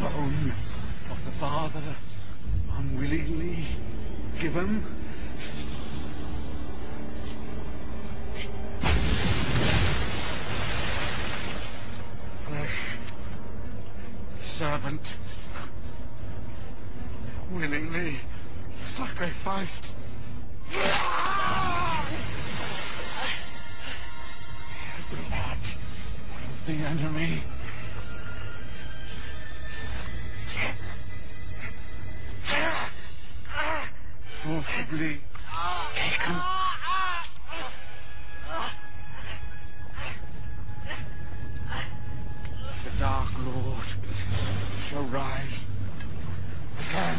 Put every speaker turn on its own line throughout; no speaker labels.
bone of the Father unwillingly given. Flesh, the servant, willingly sacrificed. Blood of the enemy. forcibly taken. The Dark Lord shall rise again.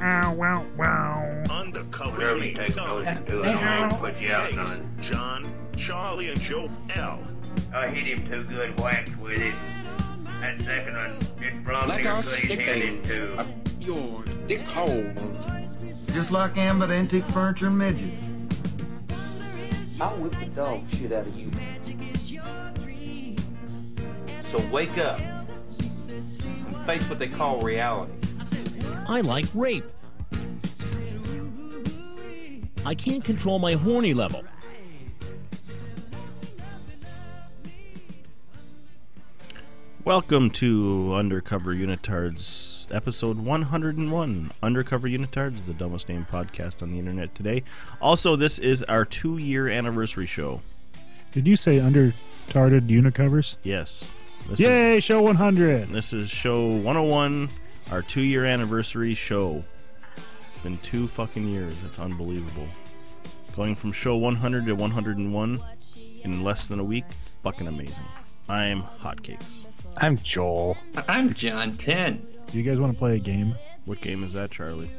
Ow, wow, wow.
Undercover.
Whatever it takes
liaison.
Billy to do it, I'll put you out,
Chase,
son.
John, Charlie, and Joe L.
I hit him two good whacks with it. That second one just belonged to
Let
your
us
please
stick
hand it
a,
to.
a, your dick hole.
Just like Ambit Antique Furniture and Midgets.
I'll whip the dog shit out of you. So wake up and face what they call reality.
I like rape. I can't control my horny level.
Welcome to Undercover Unitards, episode 101. Undercover Unitards, the dumbest name podcast on the internet today. Also, this is our two year anniversary show.
Did you say undertarded unicovers?
Yes. This is-
Yay, show 100.
This is show 101, our two year anniversary show. It's been two fucking years. It's unbelievable. Going from show 100 to 101 in less than a week, fucking amazing. I'm Hotcakes.
I'm Joel. I'm John 10.
Do you guys want to play a game?
What game is that, Charlie?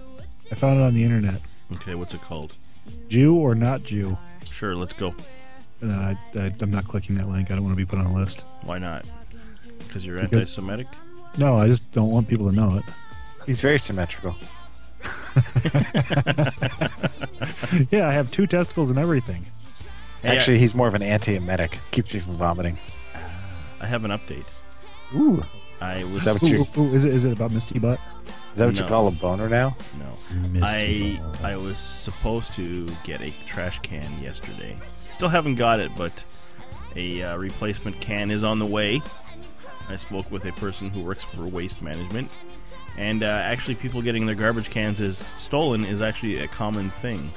I found it on the internet.
Okay, what's it called?
Jew or not Jew?
Sure, let's go.
No, I, I, I'm not clicking that link. I don't want to be put on a list.
Why not? Because you're
Because-
anti Semitic?
No, I just don't want people to know it.
He's very symmetrical.
yeah, I have two testicles and everything.
Actually, he's more of an anti-emetic. Keeps you from vomiting.
I have an update.
Ooh.
I
Is
was.
that what you-
Ooh, ooh, is, it, is it about Misty Butt?
Is that what
No.
you call a boner now?
No.
Misty
I I was supposed to get a trash can yesterday. Still haven't got it, but a uh, replacement can is on the way. I spoke with a person who works for waste management, and uh, actually, people getting their garbage cans is stolen is actually a common thing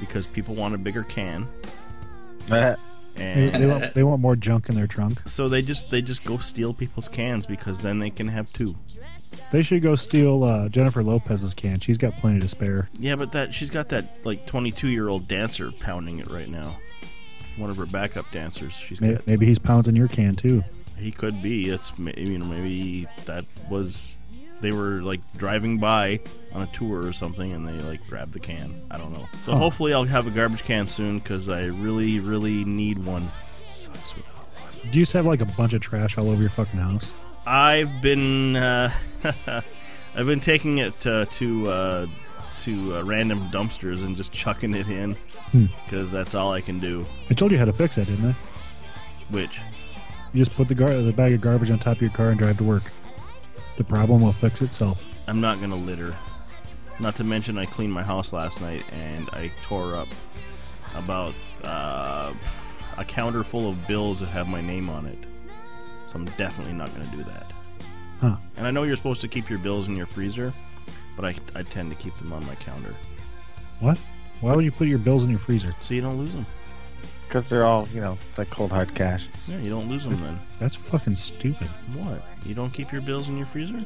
because people want a bigger can.
They,
and
they want, they want more junk in their trunk.
so they just they just go steal people's cans because then they can have two.
They should go steal uh, Jennifer Lopez's can. She's got plenty to spare.
Yeah, but that she's got that like 22 year old dancer pounding it right now. One of her backup dancers. She's
May-
got.
Maybe he's pounding your can too.
He could be. It's ma- you know maybe that was they were like driving by on a tour or something and they like grabbed the can. I don't know. So
Huh.
hopefully I'll have a garbage can soon because I really really need one. Sucks without
Do you just have like a bunch of trash all over your fucking house?
I've been uh, I've been taking it uh, to uh, to uh, random dumpsters and just chucking it in
Hmm.
because that's all I can do.
I told you how to fix that, didn't I?
Which
You just put the gar- the bag of garbage on top of your car and drive to work. The problem will fix itself.
I'm not gonna litter. Not to mention I cleaned my house last night and I tore up about uh, a counter full of bills that have my name on it. So I'm definitely not going to do that.
Huh.
And I know you're supposed to keep your bills in your freezer, but I, I tend to keep them on my counter
What? Why would you put your bills in your freezer?
so you don't lose them.
Because they're all, you know, like cold hard cash.
Yeah, you don't lose them then.
That's fucking stupid.
What? You don't keep your bills in your freezer?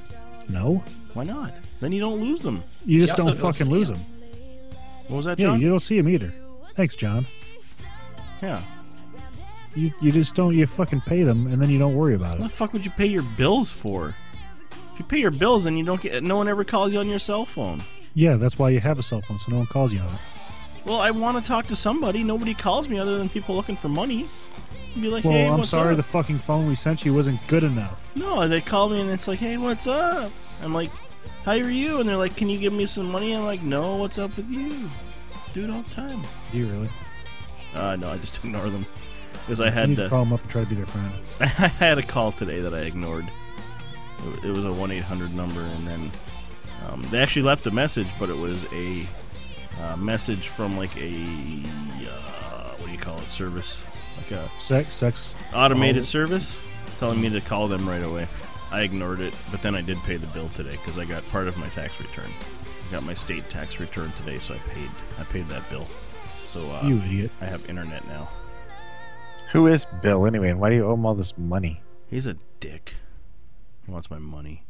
No,
Why not? Then you don't lose them.
you just
You also
don't
don't
fucking
see
lose
them.
them.
What was that,
Yeah,
John?
you don't see them either. Thanks, John.
yeah.
You you just don't. You fucking pay them, and then you don't worry about
What the
it.
fuck would you pay your bills for? If you pay your bills, then you don't get. No one ever calls you on your cell phone.
Yeah, that's why you have a cell phone, so no one calls you on it.
Well, I want to talk to somebody. Nobody calls me other than people looking for money. You'd be like,
well,
hey,
I'm
what's
sorry,
up?
the fucking phone we sent you wasn't good enough.
No, they call me and it's like, hey, what's up? I'm like, how are you? And they're like, can you give me some money? I'm like, no, what's up with you? Do it all the time.
Do you really?
Uh, no, I just ignore them because I
you
had
need to
to.
call them up and try to be their friend.
I had a call today that I ignored. It- It was a one eight hundred number, and then um, they actually left a message, but it was a uh, message from like a uh, what do you call it service, like a
Sex, sex.
automated service, telling me to call them right away. I ignored it, but then I did pay the bill today because I got part of my tax return. I got my state tax return today, so I paid. I paid that bill. So uh,
You idiot.
I have internet now.
Who is Bill anyway, and why do you owe him all this money?
He's a dick. He wants my money.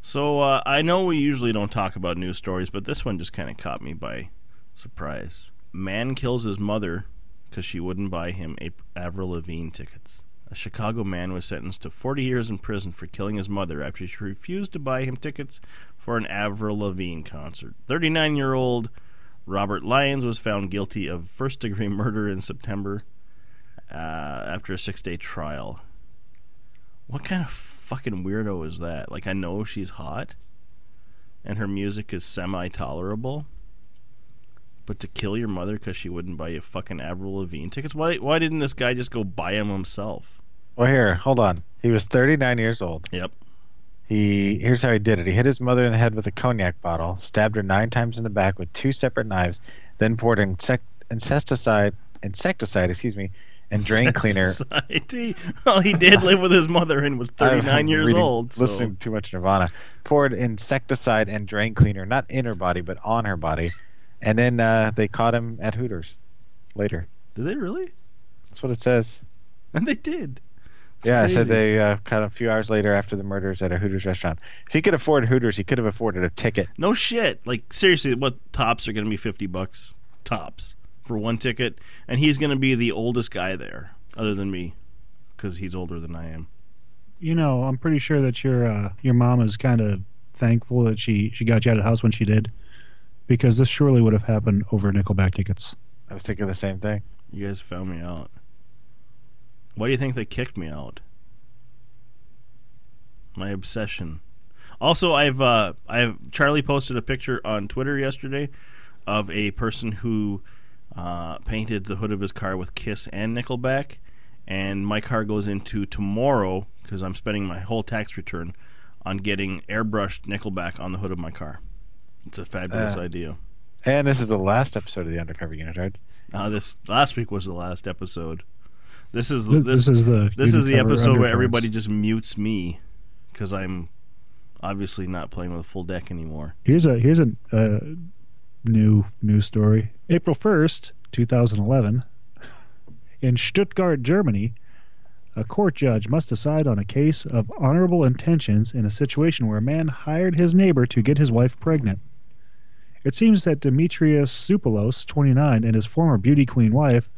So uh, I know we usually don't talk about news stories, but this one just kind of caught me by surprise. Man kills his mother because she wouldn't buy him a Avril Lavigne tickets. A Chicago man was sentenced to 40 years in prison for killing his mother after she refused to buy him tickets for an Avril Lavigne concert. 39-year-old Robert Lyons was found guilty of first-degree murder in September uh, after a six-day trial. What kind of fucking weirdo is that? Like, I know she's hot and her music is semi tolerable, but to kill your mother because she wouldn't buy you fucking Avril Lavigne tickets? Why, why didn't this guy just go buy them himself?
Well, here, hold on. He was 39 years old.
Yep.
He here's how he did it. He hit his mother in the head with a cognac bottle, stabbed her nine times in the back with two separate knives, then poured insect insecticide insecticide, excuse me, and drain cleaner.
Society. Well, he did live with his mother and was
I've
39
been
years
reading-
old. So.
Listening too much Nirvana. Poured insecticide and drain cleaner, not in her body, but on her body, and then uh, they caught him at Hooters later.
Did they really?
That's what it says.
And they did. It's
yeah, I
crazy.
said they uh, caught him a few hours later after the murders at a Hooters restaurant. If he could afford Hooters, he could have afforded a ticket.
No shit. Like seriously, what tops are going to be fifty bucks tops for one ticket, and he's going to be the oldest guy there, other than me, because he's older than I am.
You know, I'm pretty sure that your uh, your mom is kind of thankful that she she got you out of the house when she did, because this surely would have happened over Nickelback tickets.
I was thinking the same thing.
You guys found me out. Why do you think they kicked me out? My obsession. Also, I've uh, I've Charlie posted a picture on Twitter yesterday of a person who uh, painted the hood of his car with Kiss and Nickelback, and my car goes into tomorrow because I'm spending my whole tax return on getting airbrushed Nickelback on the hood of my car. It's a fabulous
Uh.
idea.
And this is the last episode of the Undercover Unitards.
Uh, this last week was the last episode. This is
This-
this,
this is the
this is the
Unicover
episode where
Undercurrents.
everybody just mutes me because I'm obviously not playing with a full deck anymore.
Here's a here's a uh, new news story. April 1st, 2011, in Stuttgart, Germany, a court judge must decide on a case of honorable intentions in a situation where a man hired his neighbor to get his wife pregnant. It seems that Demetrius Soupalos, 29, and his former beauty queen wife,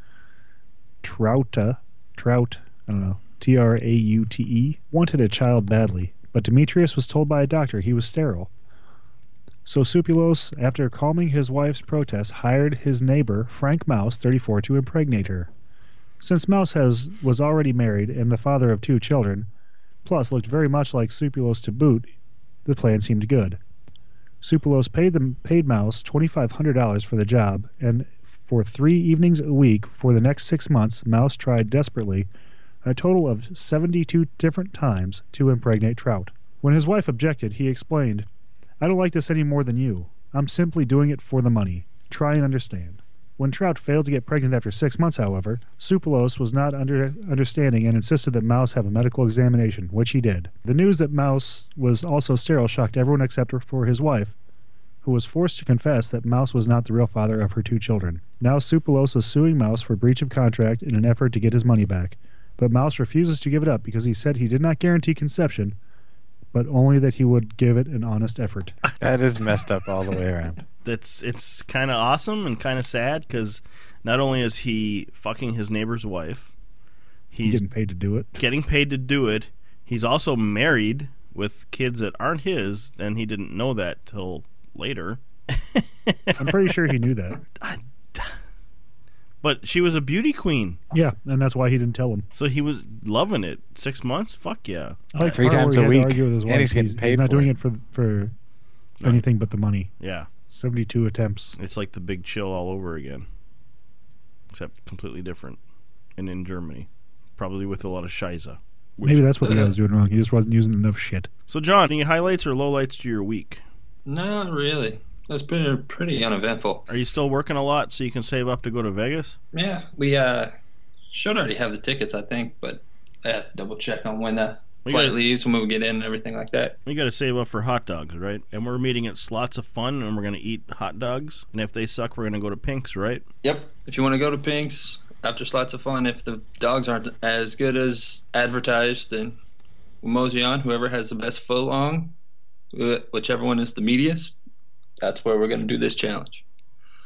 Trouta, Trout, I don't know, T R A U T E, wanted a child badly, but Demetrius was told by a doctor he was sterile. So Supulos, after calming his wife's protest, hired his neighbor, Frank Mouse, 34, to impregnate her. Since Mouse has was already married and the father of two children, plus looked very much like Supulos to boot, the plan seemed good. Supulos paid the, paid Mouse $2,500 for the job, and for three evenings a week for the next six months, Mouse tried desperately, a total of 72 different times, to impregnate Trout. When his wife objected, he explained, I don't like this any more than you. I'm simply doing it for the money. Try and understand. When Trout failed to get pregnant after six months, however, Supelos was not under, understanding and insisted that Mouse have a medical examination, which he did. The news that Mouse was also sterile shocked everyone except for his wife, who was forced to confess that Mouse was not the real father of her two children. Now Supelos is suing Mouse for breach of contract in an effort to get his money back, but Mouse refuses to give it up because he said he did not guarantee conception, but only that he would give it an honest effort.
That is messed up all the way around.
That's it's kind of awesome and kind of sad because not only is he fucking his neighbor's wife,
He's
he's
getting paid to do it.
getting paid to do it. He's also married with kids that aren't his, and he didn't know that till later.
I'm pretty sure he knew that.
But she was a beauty queen,
Yeah, and that's why he didn't tell him.
so he was loving it. Six months, fuck yeah.
I like
Three
the part
times
where
a
he had
week,
to argue with his
and
wife.
he's getting paid
not
for
doing
it.
it for for anything but the money.
Yeah,
Seventy-two attempts.
it's like the Big Chill all over again, except completely different, and in Germany, probably with a lot of shiza.
Maybe that's what the guy was doing wrong. He just wasn't using enough shit.
So, John, any highlights or lowlights to your week?
Not really. That's pretty pretty uneventful.
Are you still working a lot so you can save up to go to Vegas?
Yeah, we uh should already have the tickets, I think, but I have to double check on when the
We
flight
got-
leaves, when we get in, and everything like that.
You got to save up for hot dogs, right? And we're meeting at Slots of Fun, and we're going to eat hot dogs. And if they suck, we're going to go to Pink's, right?
Yep. If you want to go to Pink's after slots of fun, if the dogs aren't as good as advertised, then we'll mosey on. Whoever has the best foot long, wh- whichever one is the meatiest, that's where we're going to do this challenge.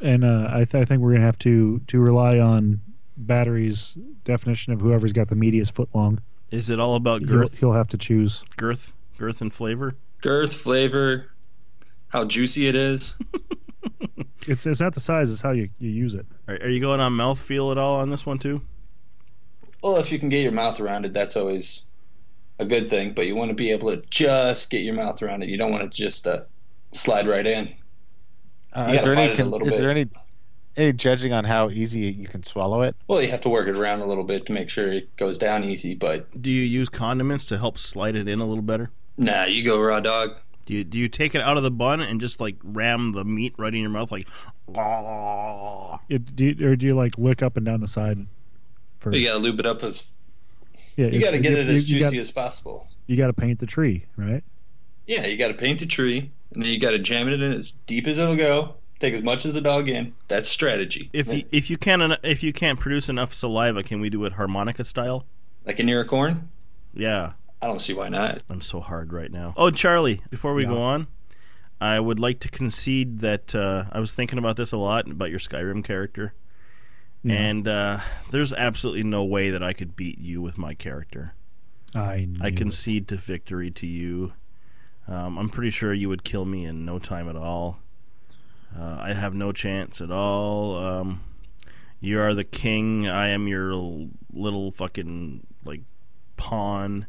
And uh, I, th- I think we're gonna have to to rely on batteries definition of whoever's got the meatiest foot long.
Is it all about
He'll,
girth,
he'll have to choose.
girth, girth, and flavor?
Girth, flavor, how juicy it is.
It's it's not the size; it's how you, you use it.
Are, are you going on mouthfeel at all on this one too?
Well, if you can get your mouth around it, that's always a good thing. But you want to be able to just get your mouth around it. You don't want to just uh, slide right in.
Uh,
You
is
gotta
there any?
fight it a
con-
little
is
bit.
there any? Any judging on how easy you can swallow it?
Well, you have to work it around a little bit to make sure it goes down easy. But
Do you use condiments to help slide it in a little better?
nah, you go raw dog.
Do you, do you take it out of the bun and just like ram the meat right in your mouth, like?
It, do you, or do you like lick up and down the side first?
You got to lube it up as
yeah,
you
it's-
got to get it as
you
juicy
got-
as possible.
You got to paint the tree, right?
Yeah, you got to paint the tree, and then you got to jam it in as deep as it'll go. Take as much as the dog in. That's strategy.
If you, if you can't en- if you can't produce enough saliva, can we do it harmonica style?
like an ear of corn,
Yeah.
I don't see why not.
I'm so hard right now. Oh, Charlie, before we go on, I would like to concede that uh, I was thinking about this a lot about your Skyrim character.
Yeah.
And uh, there's absolutely no way that I could beat you with my character.
I knew
I
it.
concede to victory to you. Um, I'm pretty sure you would kill me in no time at all. Uh, I have no chance at all. Um, you are the king. I am your l- little fucking like pawn.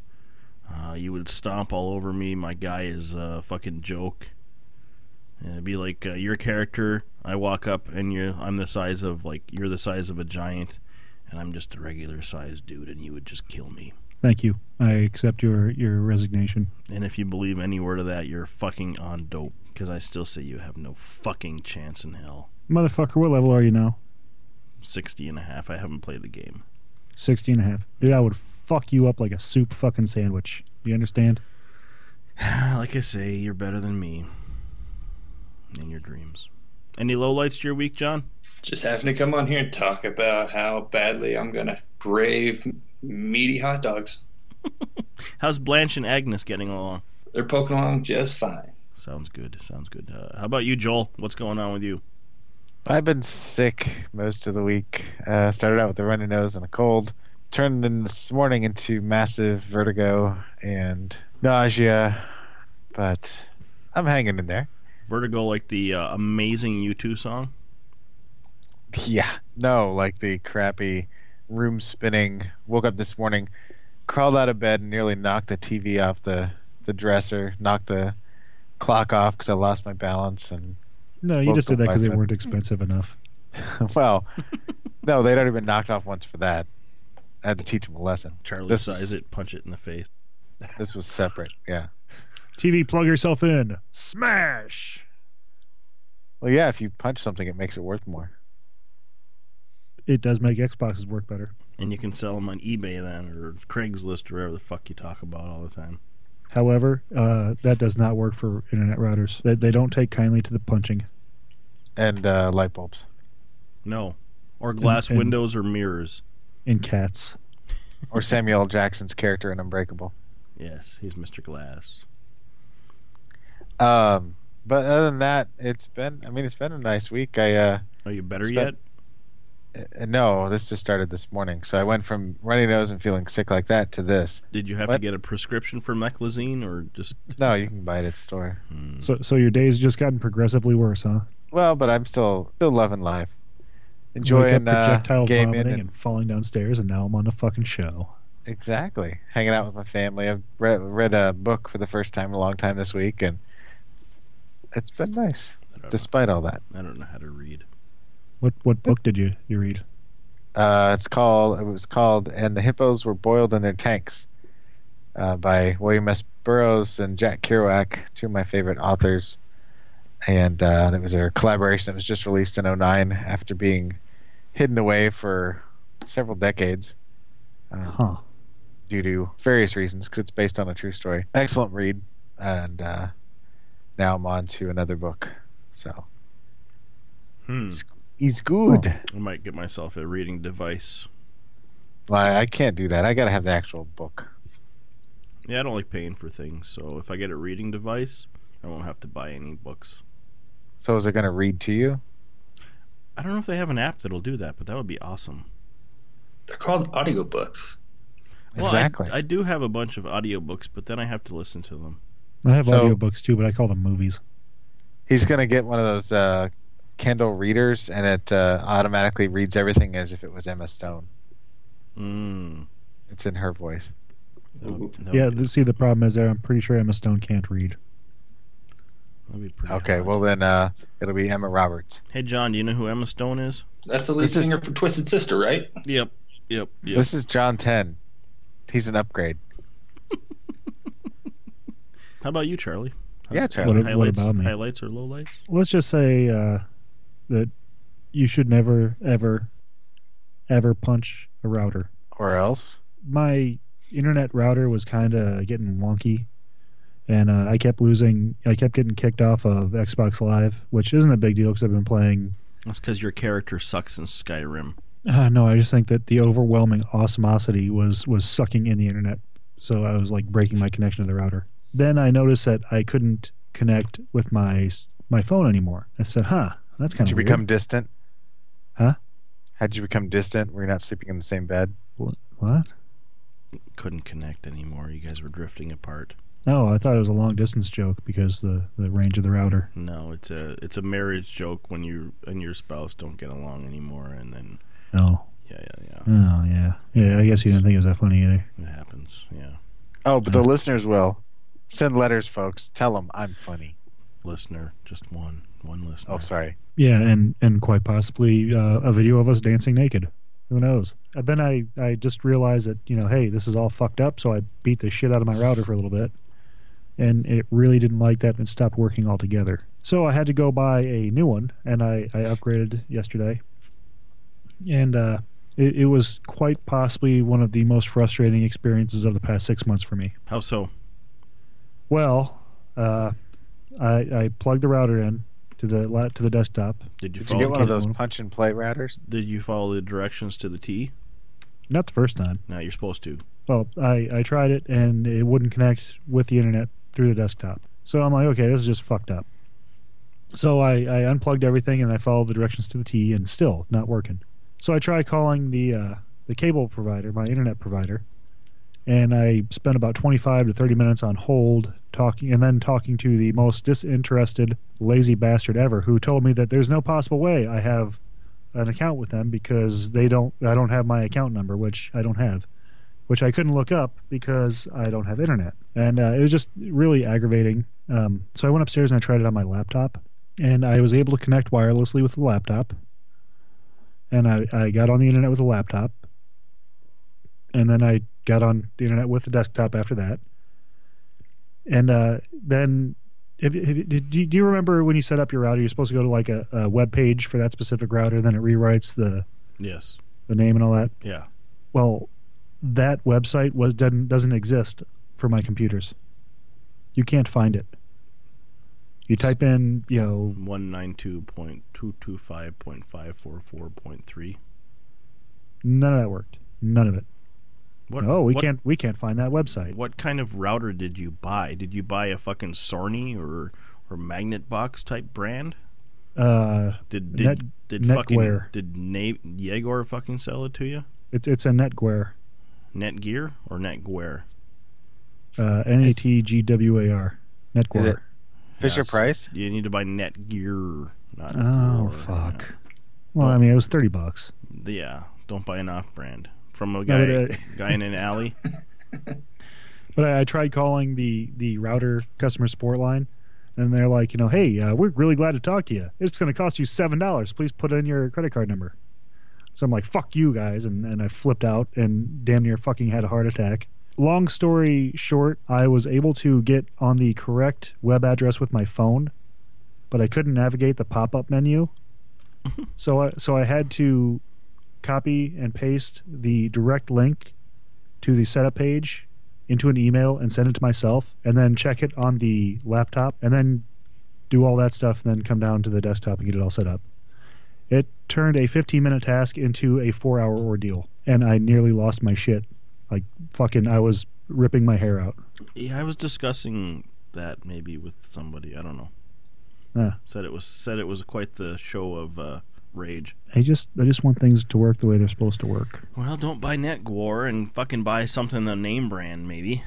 Uh, you would stomp all over me. My guy is a fucking joke. And it'd be like uh, your character. I walk up and you. I'm the size of like you're the size of a giant, and I'm just a regular sized dude, and you would just kill me.
Thank you. I accept your your resignation.
And if you believe any word of that, you're fucking on dope. Because I still say you have no fucking chance in hell.
Motherfucker, what level are you now?
60 and a half. I haven't played the game.
60 and a half. Dude, I would fuck you up like a soup fucking sandwich. You understand?
like I say, you're better than me. In your dreams. Any lowlights to your week, John?
Just having to come on here and talk about how badly I'm gonna brave meaty hot dogs.
How's Blanche and Agnes getting along?
They're poking along just fine.
Sounds good. Sounds good. Uh, how about you, Joel? What's going on with you?
I've been sick most of the week. Uh, started out with a runny nose and a cold. Turned in this morning into massive vertigo and nausea, but I'm hanging in there.
Vertigo, like the uh, amazing U2 song?
Yeah, no, like the crappy room spinning. Woke up this morning, crawled out of bed, and nearly knocked the TV off the the dresser, knocked the clock off because I lost my balance and
No, you
Well,
just did that because they
sometimes I-
weren't expensive enough.
well, no, they'd already been knocked off once for that. I had to teach them a lesson.
Charlie
This
size
was-
it, punch it in the face.
This was separate. Yeah.
TV, plug yourself in. Smash!
Well, yeah. If you punch something, it makes it worth more.
It does make Xboxes work better.
And you can sell them on eBay then, or Craigslist, or whatever the fuck you talk about all the time.
However, uh, that does not work for internet routers. They, they don't take kindly to the punching.
And uh, light bulbs.
No. Or glass
And- and-
windows or mirrors.
In cats.
Or Samuel L. Jackson's character in Unbreakable.
Yes, he's Mr. Glass.
Um, but other than that, it's been. I mean, it's been a nice week. I uh,
Are you better
spent- uh, no, this just started this morning. So I went from runny nose and feeling sick like that to this.
yet? Did you have to get a prescription for meclizine or just
No, you can buy it at store.
So so your day's just gotten progressively worse, huh?
Well, but I'm still still loving life,
Wake
enjoying
up
uh,
projectile
gaming
vomiting
and,
and falling downstairs, and now I'm on the fucking show.
exactly hanging out with my family. I've read, read a book for the first time in a long time this week, and it's been nice despite all that.
I don't know how to read.
What what book did you you read?
Uh, it's called. It was called, and the hippos were boiled in their tanks, uh, by William S. Burroughs and Jack Kerouac, two of my favorite authors, and uh, it was a collaboration that was just released in '09 after being hidden away for several decades. Um,
huh.
Due to various reasons, because it's based on a true story. Excellent read, and uh, now I'm on to another book. So
Hmm.
it's good.
I might get myself a reading device.
Well, I can't do that. I gotta have the actual book.
Yeah, I don't like paying for things, so if I get a reading device, I won't have to buy any books.
So is it gonna read to you?
I don't know if they have an app that'll do that, but that would be awesome.
They're called audiobooks.
Well, I-
Exactly.
I, do have a bunch of audiobooks, but then I have to listen to them.
I have
So-
audiobooks too, but I call them movies.
He's gonna get one of those uh, Kindle readers, and it uh, automatically reads everything as if it was Emma Stone.
Mm.
It's in her voice.
That would, that
yeah,
would be,
th- see the problem is there. I'm pretty sure Emma Stone can't read.
that'd be pretty
Okay,
hot.
well then uh, it'll be Emma Roberts.
Hey, John, do you know who Emma Stone is?
That's the lead
This is-
singer for Twisted Sister, right?
Yep. Yep. Yep.
This is John Ten. He's an upgrade.
How about you, Charlie?
Yeah,
Hi-
Charlie.
What- what
Highlights,
about me?
Highlights or lowlights?
Let's just say uh, that you should never, ever, ever punch a router.
Or else.
my internet router was kind of getting wonky and uh, i kept losing i kept getting kicked off of xbox live which isn't a big deal because i've been playing
That's because your character sucks in Skyrim.
uh, no i just think that the overwhelming awesomosity was was sucking in the internet so i was like breaking my connection to the router then i noticed that i couldn't connect with my s- my phone anymore i said huh that's kind
Did
of
you become distant?
Huh?
Had you become distant? Were you not sleeping in the same bed?
what
Couldn't connect anymore. You guys were drifting apart.
no i thought it was a long distance joke because the the range of the router
No, it's a it's a marriage joke when you and your spouse don't get along anymore, and then
oh
yeah, yeah, yeah,
oh yeah yeah i guess you didn't think it was that funny either
it happens. Yeah,
Oh,
Mm.
but the listeners will send letters, folks. Tell them I'm funny.
listener, just one, one listener.
Oh, sorry.
Yeah, and and quite possibly uh, a video of us dancing naked. Who knows? And then I I just realized that you know, hey, this is all fucked up. So I beat the shit out of my router for a little bit, and it really didn't like that and it stopped working altogether. So I had to go buy a new one, and I I upgraded yesterday, and uh, it, it was quite possibly one of the most frustrating experiences of the past six months for me.
How so?
Well, uh, I I plugged the router in to the la- to the desktop.
Did
Did
you
you
follow?
get one of
the-
those punch and play routers?
Did you follow the directions to the T?
Not the first time.
No, you're supposed to.
Well, I, I tried it and it wouldn't connect with the internet through the desktop. So I'm like, okay, this is just fucked up. So I, I unplugged everything and I followed the directions to the T and still not working. So I tried calling the uh, the cable provider, my internet provider, and I spent about 25 to 30 minutes on hold talking and then talking to the most disinterested lazy bastard ever who told me that there's no possible way I have an account with them because they don't I don't have my account number which I don't have which I couldn't look up because I don't have internet. And uh, it was just really aggravating. Um, so I went upstairs and I tried it on my laptop, and I was able to connect wirelessly with the laptop. And I, I got on the internet with the laptop, and then I got on the internet with the desktop after that. And uh, then, if, if, did, do you- do you remember when you set up your router? You're supposed to go to like a, a web page for that specific router, then it rewrites the
Yes.
the name and all that.
Yeah.
Well, that website was doesn't doesn't exist for my computers. You can't find it. You type in, you know,
192.225.544.3.
none of that worked. None of it.
What-
no, we
what-
can't we can't find that website.
What kind of router did you buy? Did you buy a fucking Sarny or or Magnet Box type brand?
Uh,
Did did
Net-
did fucking
Netgear.
did Na- Yegor fucking sell it to you?
It, it's a netgware.
Netgear or Netgear?
Uh, N A T G W A R. Netgware.
Fisher Price? You need to buy Netgear, not
Oh
Gore.
fuck. Well, I mean, it was thirty bucks.
Yeah, don't buy an off-brand from
No,
a guy
but, uh,
guy in an alley.
But I, I tried calling the the router customer support line, and they're like, you know, hey, uh, we're really glad to talk to you. It's going to cost you seven dollars. Please put in your credit card number. So I'm like, fuck you guys, and and I flipped out and damn near fucking had a heart attack. Long story short, I was able to get on the correct web address with my phone, but I couldn't navigate the pop-up menu. so I so I had to copy and paste the direct link to the setup page into an email and send it to myself and then check it on the laptop and then do all that stuff and then come down to the desktop and get it all set up. It turned a 15 minute task into a four hour ordeal and I nearly lost my shit. Like fucking, I was ripping my hair out.
yeah, I was discussing that maybe with somebody. I don't know.
Yeah.
Said it was said it was quite the show of uh, rage.
I just, I just want things to work the way they're supposed to work.
Well, don't buy Netgear and fucking buy something the name brand maybe.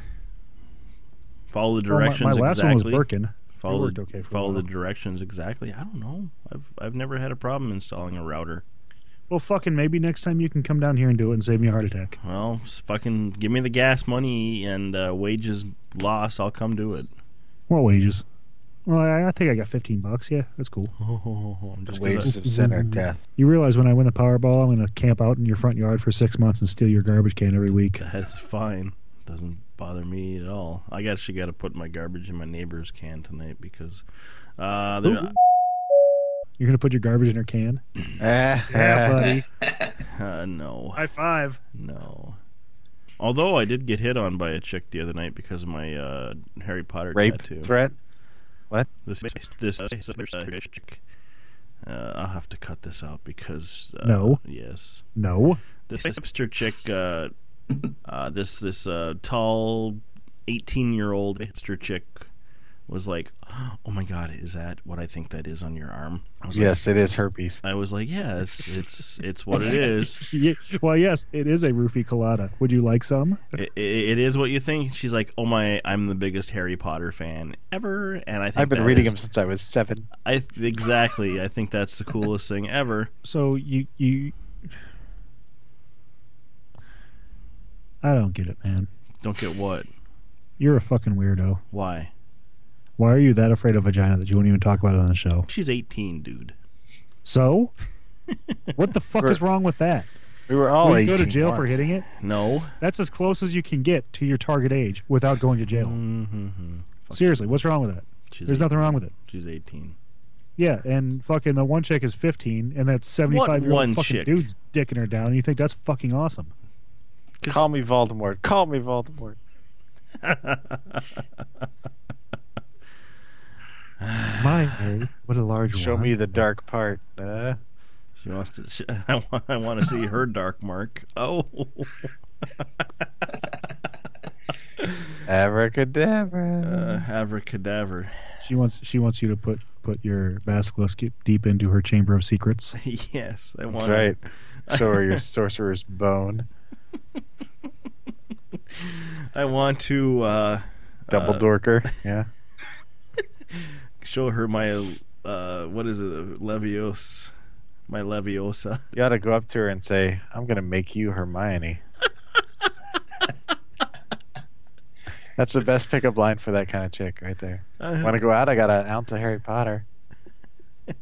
Follow the
Well, Oh, my- my
directions
last one was
exactly.
Birkin. It
Follow
worked
the,
okay for a
follow
while.
the directions exactly. I don't know. I've I've never had a problem installing a router.
Well, fucking, maybe next time you can come down here and do it and save me a heart attack.
Well, s- fucking give me the gas money and uh, wages loss. I'll come do it.
What wages? Well, I, I think I got 15 bucks. Yeah, that's cool.
Just 'cause
wages
I-
of sin or death.
You realize when I win the Powerball, I'm going to camp out in your front yard for six months and steal your garbage can every week.
That's fine. Doesn't bother me at all. I actually got to put my garbage in my neighbor's can tonight because uh, there,
You're going to put your garbage in her can?
yeah,
buddy.
uh, no,
High five.
no. Although I did get hit on by a chick the other night because of my uh, Harry Potter
Rape
tattoo.
threat. What?
This this, this chick. Uh, I'll have to cut this out because uh,
No.
Yes.
No.
this hipster chick, uh, uh, this this uh, tall, eighteen-year-old hipster chick, was like, "Oh my god, is that what I think that is on your arm?" I was
Yes,
like,
it is herpes.
I was like, "Yeah, it's it's it's what it is.
Ye- well, yes, it is a roofie colada. Would you like some?
It, it, it is what you think." She's like, "Oh my, I'm the biggest Harry Potter fan ever," and I think
I've been
that
reading
is-
him since I was seven.
I exactly. I think that's the coolest thing ever.
So you you. I don't get it, man.
Don't get what?
You're a fucking weirdo.
Why?
Why are you that afraid of vagina that you won't even talk about it on the show?
She's 18, dude.
So, what the fuck is wrong with that?
We were all
Will you go to
18
jail for
once.
hitting it?
No.
That's as close as you can get to your target age without going to jail. Seriously, what's wrong with that?
She's
There's nothing wrong with it.
She's 18.
Yeah, and fucking the one chick is 15, and that 75 year
one
old fucking
chick?
dude's dicking her down. And you think that's fucking awesome?
Call me Voldemort. Call me Voldemort.
My Harry, what a large
Show
one.
me the dark part. Uh,
She wants to. She, I, want, I want to see her dark mark. Oh, uh,
abracadabra.
abracadabra.
She wants she wants you to put put your basilisk deep into her chamber of secrets.
yes, I
That's
want.
right. Show her your sorcerer's bone.
I want to uh,
Double
uh,
dorker. Yeah.
show her my uh, what is it? Levios, my Leviosa.
You ought to go up to her and say, I'm going to make you Hermione. That's the best pickup line for that kind of chick right there.
Uh-huh.
Want to go out? I got an ounce of Harry Potter.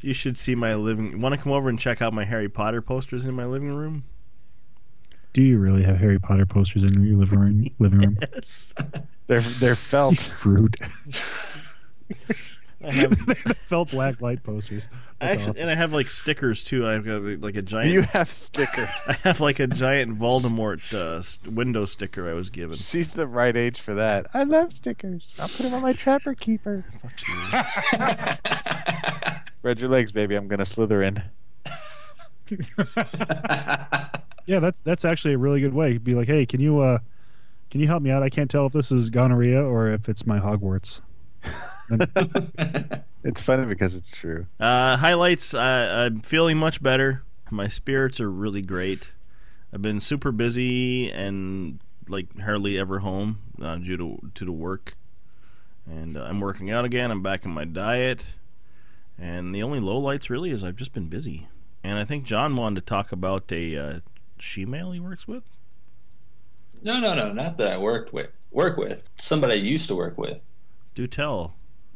You should see my living. Want to come over and check out my Harry Potter posters in my living room?
Do you really have Harry Potter posters in your living room? Living room?
Yes.
They're, they're felt.
Fruit.
I have-
They felt black light posters. That's
Actually,
awesome.
and I have like stickers too. I've got like a giant.
You have stickers.
I have like a giant Voldemort uh, st- window sticker I was given.
She's the right age for that. I love stickers. I'll put them on my trapper keeper. Spread your legs, baby. I'm gonna slither in.
Yeah, that's that's actually a really good way. Be like, hey, can you uh, can you help me out? I can't tell if this is gonorrhea or if it's my Hogwarts.
It's funny because it's true.
Uh, highlights. I, I'm feeling much better. My spirits are really great. I've been super busy and like hardly ever home uh, due to to the work. And uh, I'm working out again. I'm back in my diet. And the only low lights really is I've just been busy. And I think John wanted to talk about a uh, she-male he works with.
No, no, no, not that I worked with. Work with somebody I used to work with.
Do tell.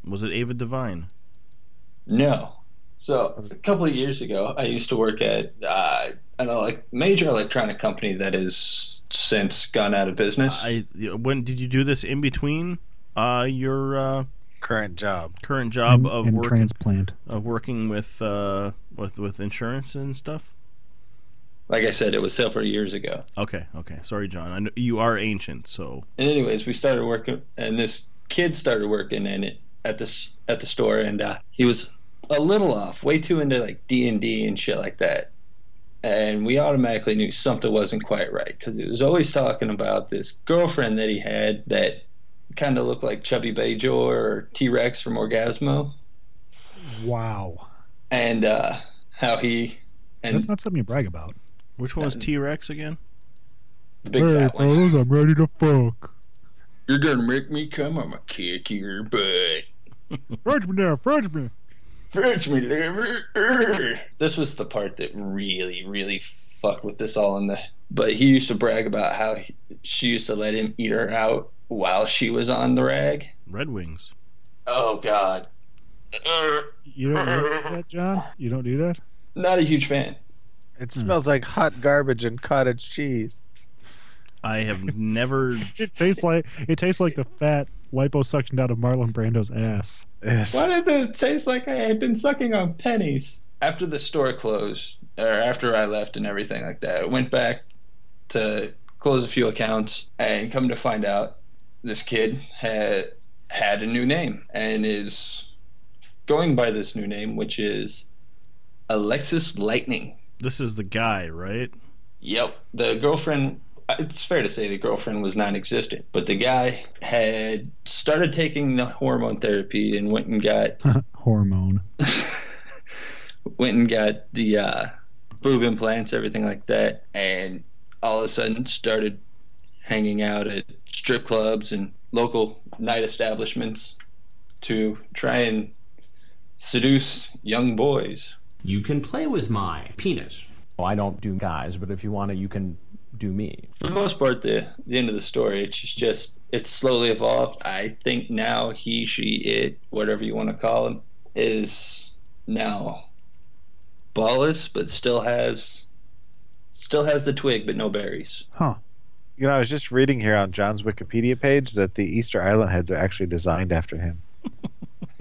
Was it Ava Devine?
No. So a couple of years ago, I used to work at uh, at a like major electronic company that has since gone out of business.
I when did you do this in between uh, your uh,
current job?
Current job
And-
of
and
working,
transplant.
of working with uh, with with insurance and stuff.
like I said, it was several years ago.
Okay, okay. Sorry, John. I know you are ancient, so
And anyways, we started working, and this kid started working in it at this at the store, and uh, he was a little off, way too into like D and D and shit like that. And we automatically knew something wasn't quite right because he was always talking about this girlfriend that he had that kind of looked like Chubby Bajor or T Rex from Orgasmo,
Wow,
and uh, how he and
that's not something you brag about.
which
Uh,
one was T Rex again?
the big fat one.
fellas, I'm ready to fuck.
You're gonna make me come. I'm gonna kick your butt.
Fudge me there, fudge me.
Fetch me liver. This was the part that really, really fucked with this all in the. But he used to brag about how he, she used to let him eat her out while she was on the rag.
Red Wings.
Oh God,
You don't do that, John. You don't do that.
not a huge fan.
It smells like hot garbage and cottage cheese.
I have never.
It tastes like it tastes like the fat liposuctioned out of Marlon Brando's ass.
Yes.
Why does it taste like I had been sucking on pennies? After the store closed, or after I left and everything like that, I went back to close a few accounts and come to find out this kid had had a new name and is going by this new name, which is Alexis Lightning.
This is the guy, right?
Yep. The girlfriend, it's fair to say the girlfriend was non existent, but the guy had started taking the hormone therapy and went and got
Hormone.
went and got the uh, boob implants, everything like that, and all of a sudden started hanging out at strip clubs and local night establishments to try and seduce young boys.
You can play with my penis. Well, I don't do guys, but if you want to, you can do me.
For the most part, the the end of the story, it's just, just it's slowly evolved. I think now he, she, it, whatever you want to call him, is now ballless, but still has still has the twig, but no berries.
Huh.
You know, I was just reading here on John's Wikipedia page that the Easter Island heads are actually designed after him.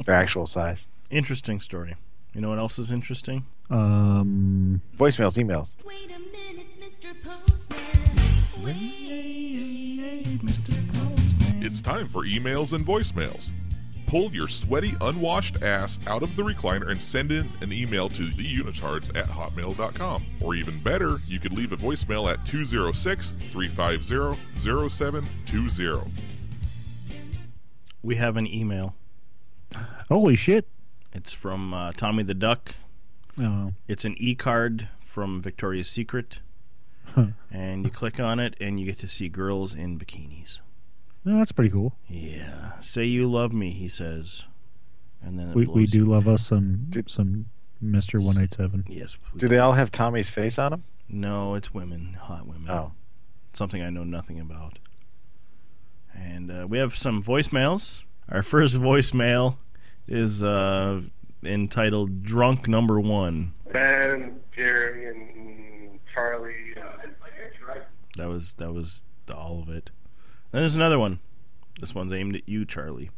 Their actual size.
Interesting story. You know what else is interesting?
Um.
Voicemails, emails.
It's time for emails and voicemails. Pull your sweaty, unwashed ass out of the recliner and send in an email to theunitards at hotmail.com. Or even better, you could leave a voicemail at 206 350 0720.
We have an email.
Holy shit.
It's from uh, Tommy the Duck.
Oh.
It's an e card from Victoria's Secret. And you click on it, and you get to see girls in bikinis.
No, that's pretty cool.
Yeah. Say you love me, he says. And then it
We, we
blows-
do love us some some Mister One Eight Seven.
Yes.
Do they all have Tommy's face on them?
No, it's women, hot women.
Oh.
Something I know nothing about. And uh, we have some voicemails. Our first voicemail is uh, entitled Drunk Number One.
Ben, Jerry, and Charlie. Uh,
That was that was the- all of it. Then there's another one. This one's aimed at you, Charlie.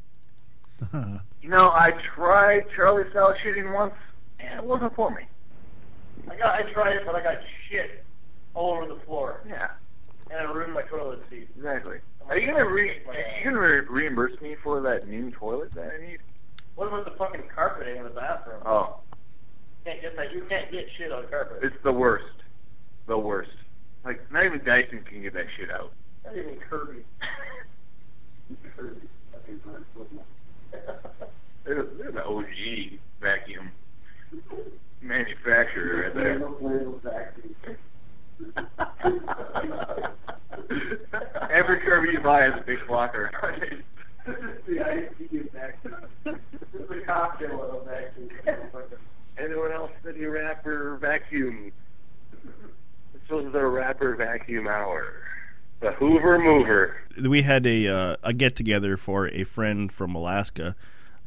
You know, I tried Charlie style shooting once, and it wasn't for me.
I got, I tried it, but I got shit all over the floor.
Yeah.
And I ruined my toilet seat.
Exactly. Are you gonna re? Are you gonna re- reimburse me for that new toilet that I need?
What about the fucking carpeting in the bathroom?
Oh,
Can't get that. You can't get shit on carpet.
it's the worst. The worst. Like not even Dyson can get that shit out.
Not even Kirby. Kirby.
They're, they're the OG vacuum manufacturer right there. Every Kirby you buy is a big blocker. Anyone else that you rapper vacuum? This was the rapper vacuum hour. The Hoover Mover.
we had a uh, a get together for a friend from Alaska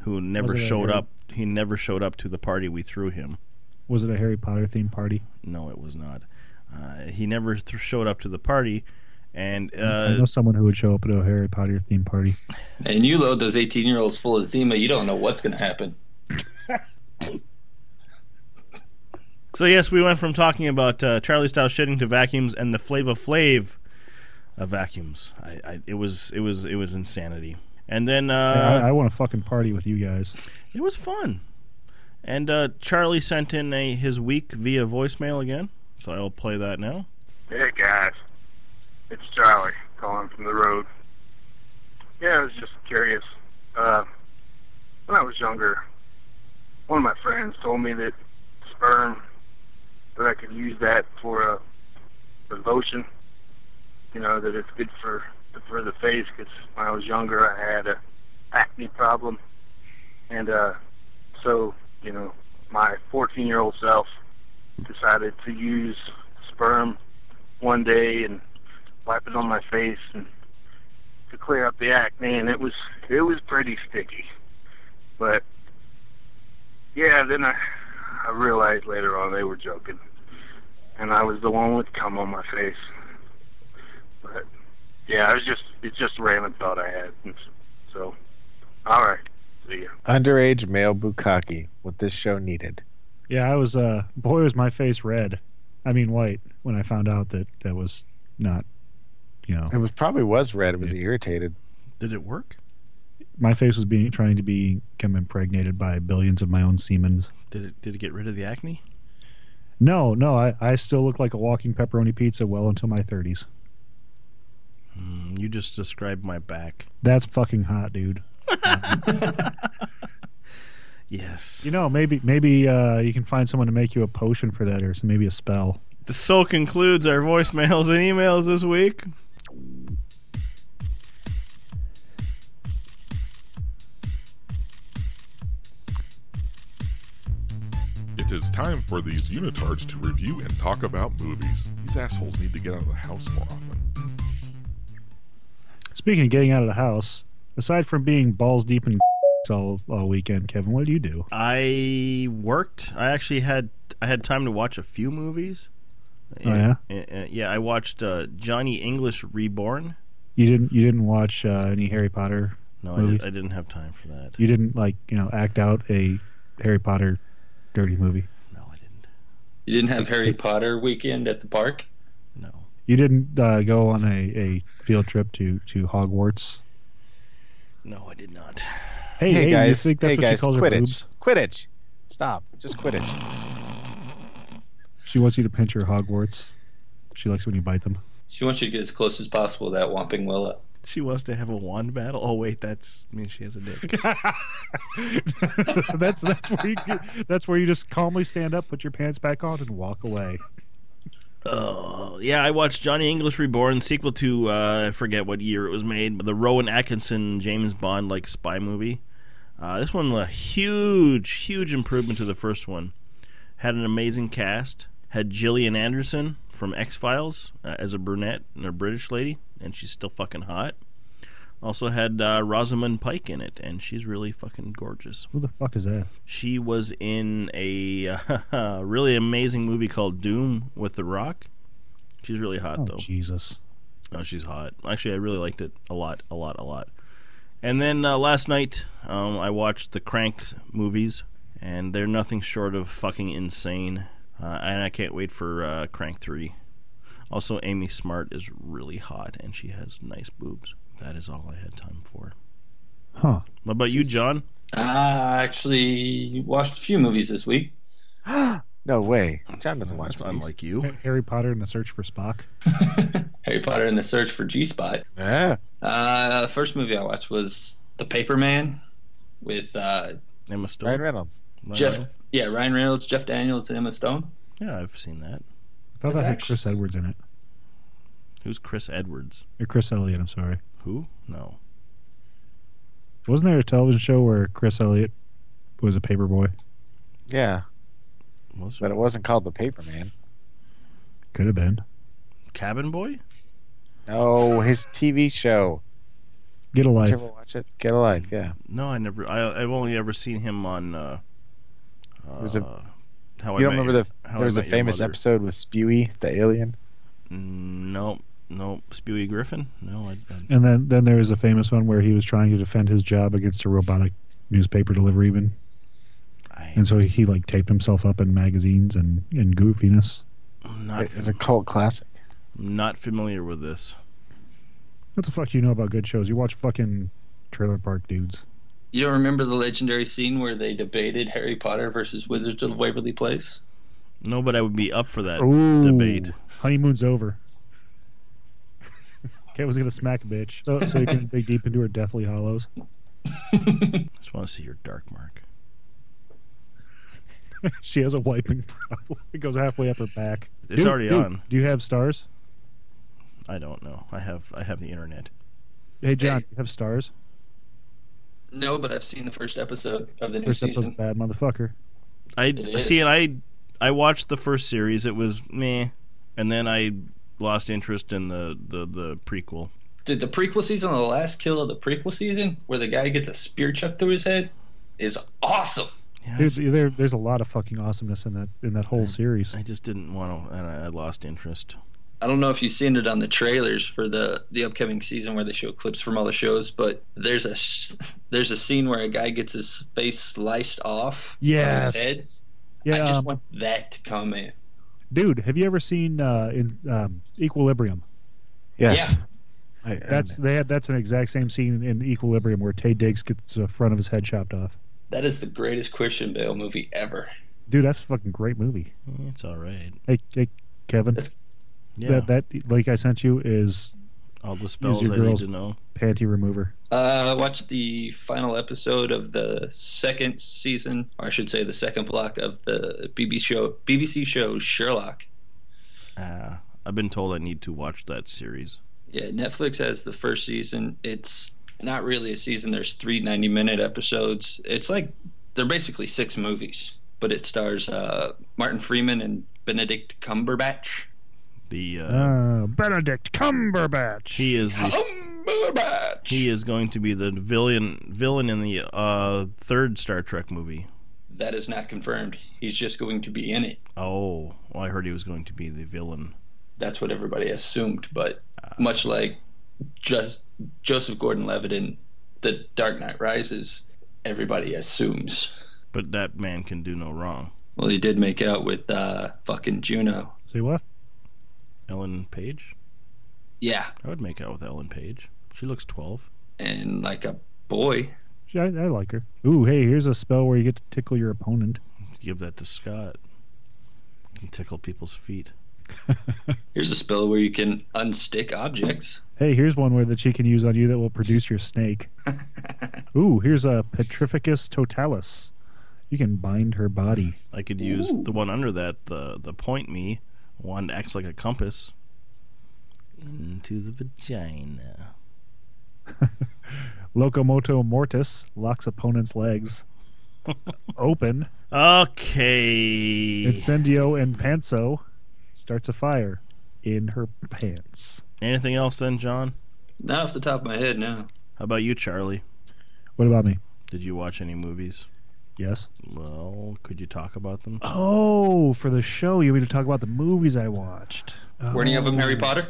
who never
Was it a
showed
Harry-
up. He never showed up to the party we threw him.
Was it a Harry Potter themed party?
No, it was not. Uh, he never th- showed up to the party, and
I know
uh,
someone who would show up at a Harry Potter themed party.
And you load those 18 year olds full of Zima, you don't know what's going to happen.
so yes, we went from talking about uh, Charlie style shitting to vacuums and the Flava Flav of vacuums. I, I, it was it was it was insanity. And then uh,
Yeah, I, I want to fucking party with you guys.
It was fun. And uh, Charlie sent in a his week via voicemail again, so I'll play that now.
Hey guys, it's Charlie calling from the road. Yeah, I was just curious. Uh, when I was younger, one of my friends told me that sperm that I could use that for a devotion. You know that it's good for for the face because when I was younger I had a acne problem, and uh, so you know my 14 year old self decided to use sperm one day and wipe it on my face and to clear up the acne and it was it was pretty sticky. But yeah, then I I realized later on they were joking. And I was the one with cum on my face. But yeah, I was just it's just a random thought I had. And so all right. See ya.
Underage male bukkake. What this show needed.
Yeah, I was. Uh, boy, was my face red. I mean, white when I found out that that was not. You know,
It was probably was red. It was irritated.
Did it work?
my face was being trying to be- become impregnated by billions of my own semen.
Did it did it get rid of the acne?
No, no, I, I still look like a walking pepperoni pizza well until my 30s.
Hmm, you just described my back.
That's fucking hot, dude.
Yes.
You know, maybe maybe uh, you can find someone to make you a potion for that, or some, maybe a spell.
So concludes our voicemails and emails this week.
It is time for these unitards to review and talk about movies. These assholes need to get out of the house more often.
Speaking of getting out of the house, aside from being balls deep in all all weekend, Kevin, what do you
Uh,
do?
I worked. I actually had I had time to watch a few movies.
Oh, yeah?
yeah. Yeah, I watched uh, Johnny English Reborn.
You didn't you didn't watch uh, any Harry Potter?
No, I,
movie?
did, I didn't have time for that.
You didn't like you know act out a Harry Potter dirty movie.
You didn't have Harry Potter weekend at the park?
You didn't uh, go on a, a field trip to, to Hogwarts.
No, I did not.
Hey, hey, you
guys!
think that's
hey
what she
guys!
calls her
Quidditch!
boobs?
Quidditch! Stop! Just Quidditch!
She wants you to pinch her Hogwarts. She likes when you bite them.
She wants you to get as close as possible to that Whomping Willow.
She wants to have a wand battle. Oh wait, that's I mean she has a dick.
that's that's where you get- that's where you just calmly stand up, put your pants back on, and walk away.
oh yeah, I watched Johnny English Reborn, sequel to uh, I forget what year it was made, but the Rowan Atkinson James Bond like spy movie. Uh, this one a huge, huge improvement to the first one. Had an amazing cast. Had Gillian Anderson from X Files uh, as a brunette and a British lady, and she's still fucking hot. Also had uh, Rosamund Pike in it, and she's really fucking gorgeous.
Who the fuck is that?
She was in a uh, really amazing movie called Doom with The Rock. She's really hot,
Oh,
though.
Jesus.
Oh, she's hot. Actually, I really liked it a lot, a lot, a lot. And then uh, last night, um, I watched the Crank movies, and they're nothing short of fucking insane. Uh, and I can't wait for uh, Crank 3. Also, Amy Smart is really hot, and she has nice boobs. That is all I had time for.
Huh.
What about you, John?
I Ah, actually watched a few movies this week.
no way. John doesn't watch.
That's unlike you.
Harry Potter and the Search for Spock.
Harry Potter and the Search for G Spot.
Yeah.
Uh, the first movie I watched was The Paper Man with uh,
Emma Stone.
Ryan Reynolds.
Jeff. Yeah, Ryan Reynolds, Jeff Daniels, and Emma Stone.
Yeah, I've seen that.
I thought
It's
that had
actually-
Chris Edwards in it.
Who's Chris Edwards?
Or Chris Elliott, I'm sorry.
Who? No.
Wasn't there a television show where Chris Elliott was a paper boy?
Yeah,
Was
but it wasn't called the Paper Man.
Could have been.
Cabin Boy?
No, oh, his TV show.
Get a
Did
life.
you ever watch it? Get Alive. Yeah,
No, I never. I, I've only ever seen him on. Uh, uh,
It was a-
how I
you don't
Met
remember
Your-
the
How I
there was a
Met Your
famous
Mother.
episode with Spewy the alien.
No, no, Spewy Griffin. No, I, I,
And then, then there was a famous one where he was trying to defend his job against a robotic newspaper deliveryman.
I-
And so he like taped himself up in magazines and, and goofiness.
I'm not
It- It's a cult classic.
I'm not familiar with this.
What the fuck do you know about good shows? You watch fucking Trailer Park Dudes.
You don't remember the legendary scene where they debated Harry Potter versus Wizards of Waverly Place?
No, but I would be up for that
Ooh,
debate.
honeymoon's over. Kate was gonna smack a bitch, so, so you can dig deep into her deathly hollows.
Just want to see your dark mark.
she has a wiping problem. It goes halfway up her back.
It's
Dude,
already
dude,
on.
Do you have stars?
I don't know. I have I have the internet.
Hey John, do you have stars?
No, but I've seen the first episode of the new
First episode's
season.
bad motherfucker.
I
It is.
see, and I I watched the first series. It was meh, and then I lost interest in the the the prequel.
Dude, the prequel season, the last kill of the prequel season, where the guy gets a spear chucked through his head, is awesome.
Yeah, I
There's there, there's a lot of fucking awesomeness in that in that whole series.
I just didn't want to, and I I lost interest.
I don't know if you've seen it on the trailers for the the upcoming season where they show clips from all the shows, but there's a sh- there's a scene where a guy gets his face sliced off. from
Yes.
His head. I
Yeah,
just
um,
want that to come in.
dude, have you ever seen uh, in um, Equilibrium?
Yes.
Yeah.
I- I-
That's they had that's an exact same scene in Equilibrium where Tay Diggs gets the front of his head chopped off.
That is the greatest Christian Bale movie ever.
Dude, that's a fucking great movie.
Eh, It's all right.
Hey, hey Kevin,
That's-
Yeah,
that that link I sent you is
all the spells
your
I
girls-
need to know.
panty remover.
Uh, I watched the final episode of the second season, or I should say, the second block of the BBC show, BBC show Sherlock.
Uh, I've been told I need to watch that series.
Yeah, Netflix has the first season. It's not really a season. There's three 90 minute episodes. It's like they're basically six movies, but it stars uh, Martin Freeman and Benedict Cumberbatch.
The uh,
Uh, Benedict Cumberbatch.
he is the
Cumberbatch.
He is going to be the villain villain in the uh, third Star Trek movie.
That is not confirmed. He's just going to be in it.
Oh, well, I heard he was going to be the villain.
That's what everybody assumed. But much like just Joseph Gordon-Levitt in The Dark Knight Rises, everybody assumes.
But that man can do no wrong.
Well, he did make out with uh, fucking Juno.
See what?
Ellen Page?
Yeah,
I would make out with Ellen Page. She looks 12.
and like a boy.
She- I, I like her. Ooh, hey, here's a spell where you get to tickle your opponent.
Give that to Scott. Can tickle people's feet.
Here's a spell where you can unstick objects.
Hey, here's one where that she can use on you that will produce your snake. Ooh, here's a Petrificus totalis. You can bind her body.
I could use
Ooh.
the one under that, the, the point me. One acts like a compass. Into the vagina.
Locomoto mortis locks opponent's legs. Open.
Okay.
Incendio in panso starts a fire in her pants.
Anything else then, John?
Not off the top of my head, no.
How about you, Charlie?
What about me?
Did you watch any movies?
Yes.
Well, could you talk about them?
Oh, for the show, you want me to talk about the movies I watched?
Were any of them Harry
Oh.
Potter?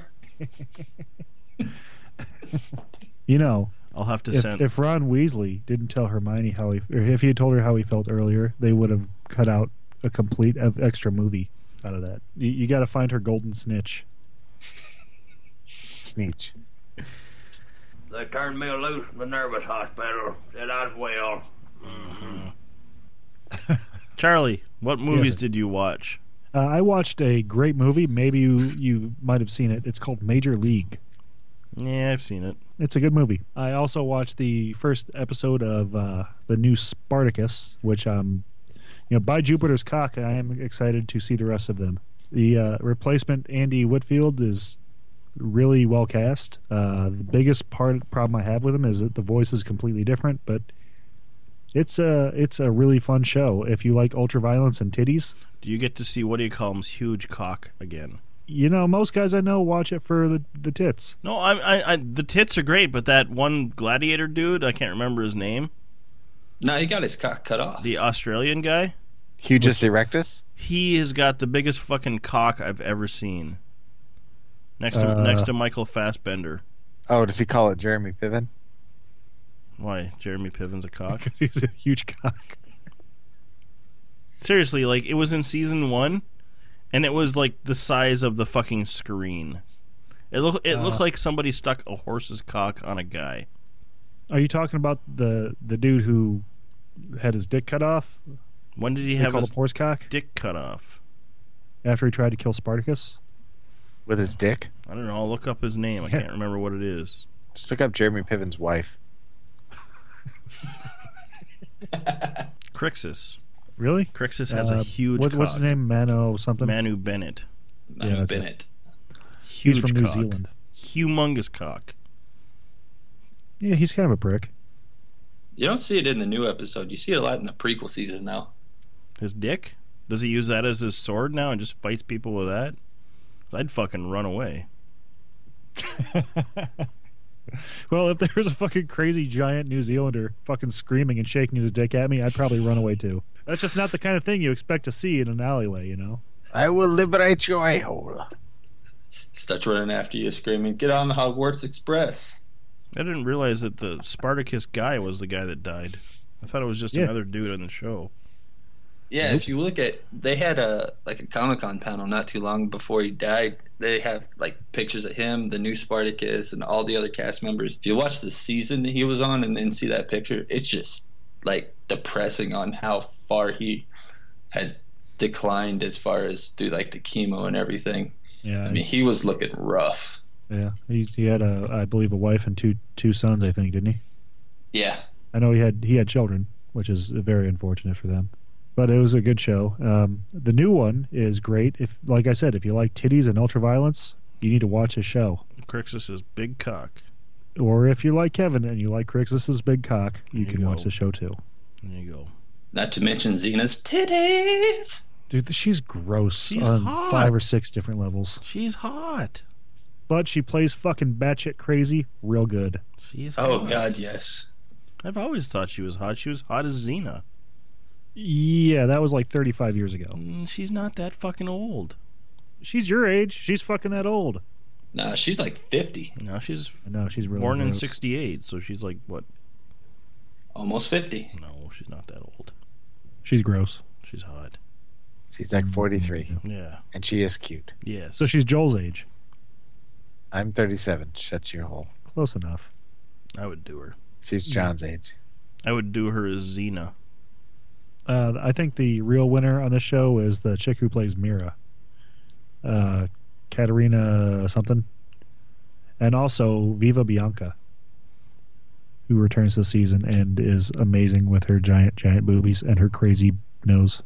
You know,
I'll have to
if,
send.
If Ron Weasley didn't tell Hermione how he, or if he had told her how he felt earlier, they would have cut out a complete ev- extra movie out of that. You, you got to find her golden snitch.
Snitch.
They turned me loose from the nervous hospital. Said I'd well.
Charlie, what movies
Yes,
did you watch?
Uh, I watched a great movie. Maybe you you might have seen it. It's called Major League.
Yeah, I've seen it.
It's a good movie. I also watched the first episode of uh, the new Spartacus, which um, you know, by Jupiter's cock, I am excited to see the rest of them. The uh, replacement Andy Whitfield is really well cast. Uh, the biggest part problem I have with him is that the voice is completely different, but it's a it's a really fun show. If you like ultraviolence and titties,
Do you get to see what do you call him's huge cock again?
you know most guys I know watch it for the the tits.
No, I, I, I, the tits are great, but that one gladiator dude, I can't remember his name.
No, he got his cock cut off.
The Australian guy.
Hugest erectus.
He has got the biggest fucking cock I've ever seen. Next to
Uh.
next to Michael Fassbender.
Oh, does he call it Jeremy Piven?
Why Jeremy Piven's a cock?
Because he's a huge cock.
Seriously, like it was in season one, and it was like the size of the fucking screen. It looked it looked
Uh.
like somebody stuck a horse's cock on a guy.
Are you talking about the the dude who had his dick cut off?
When did
They
he have
called
his
him horse cock
dick cut off?
after he tried to kill Spartacus?
With his dick?
I don't know. I'll look up his name. I
Yeah.
can't remember what it is.
Just look up Jeremy Piven's wife.
Crixus.
Really?
Crixus has a
Uh,
huge
what- What's
cock.
his name? Mano something.
Manu Bennett.
Manu that's it.
Bennett.
Huge
He's from New
cock.
Zealand.
Humongous cock.
Yeah, he's kind of a prick.
You don't see it in the new episode. You see it a lot in the prequel season now.
His dick? Does he use that as his sword now and just fights people with that? I'd fucking run away.
Well, if there was a fucking crazy giant New Zealander fucking screaming and shaking his dick at me, I'd probably run away too. That's just not the kind of thing you expect to see in an alleyway, you know.
I will liberate your a hole.
Starts running after you, screaming, "Get on the Hogwarts Express!"
I didn't realize that the Spartacus guy was the guy that died. I thought it was just
Yeah.
another dude on the show.
Yeah, if you look at, they had a like a Comic Con panel not too long before he died. They have like pictures of him, the new Spartacus, and all the other cast members. If you watch the season that he was on and then see that picture, it's just like depressing on how far he had declined as far as through like the chemo and everything.
Yeah,
I mean he was looking rough.
Yeah, he, he had a I believe a wife and two two sons, I think, didn't he?
Yeah,
I know he had he had children, which is very unfortunate for them. But it was a good show. Um, the new one is great. If like I said, if you like titties and ultraviolence, you need to watch his show.
Crixus is big cock.
Or if you like Kevin and you like Craigslist's big cock, you can watch the show too.
There you go.
Not to mention Xena's titties.
Dude, th- she's gross
She's
on
hot.
five or six different levels.
She's hot.
But she plays fucking batshit crazy, real good.
She is
Oh
hot.
God, yes.
I've always thought she was hot. She was hot as Xena.
Yeah, that was like 35 years ago.
Mm, She's not that fucking old.
She's your age. She's fucking that old.
Nah, she's like fifty.
No, she's
No, she's really
born in
gross.
'68, so she's like what?
Almost fifty.
No, she's not that old.
She's gross.
She's hot.
She's like 43.
Yeah.
And she is cute.
Yes.
So she's Joel's age.
I'm 37. Shut your hole.
Close enough.
I would do her.
She's John's age.
I would do her as Xena.
Uh, I think the real winner on this show is the chick who plays Mira, uh, Katerina something, and also Viva Bianca, who returns this season and is amazing with her giant, giant boobies and her crazy nose.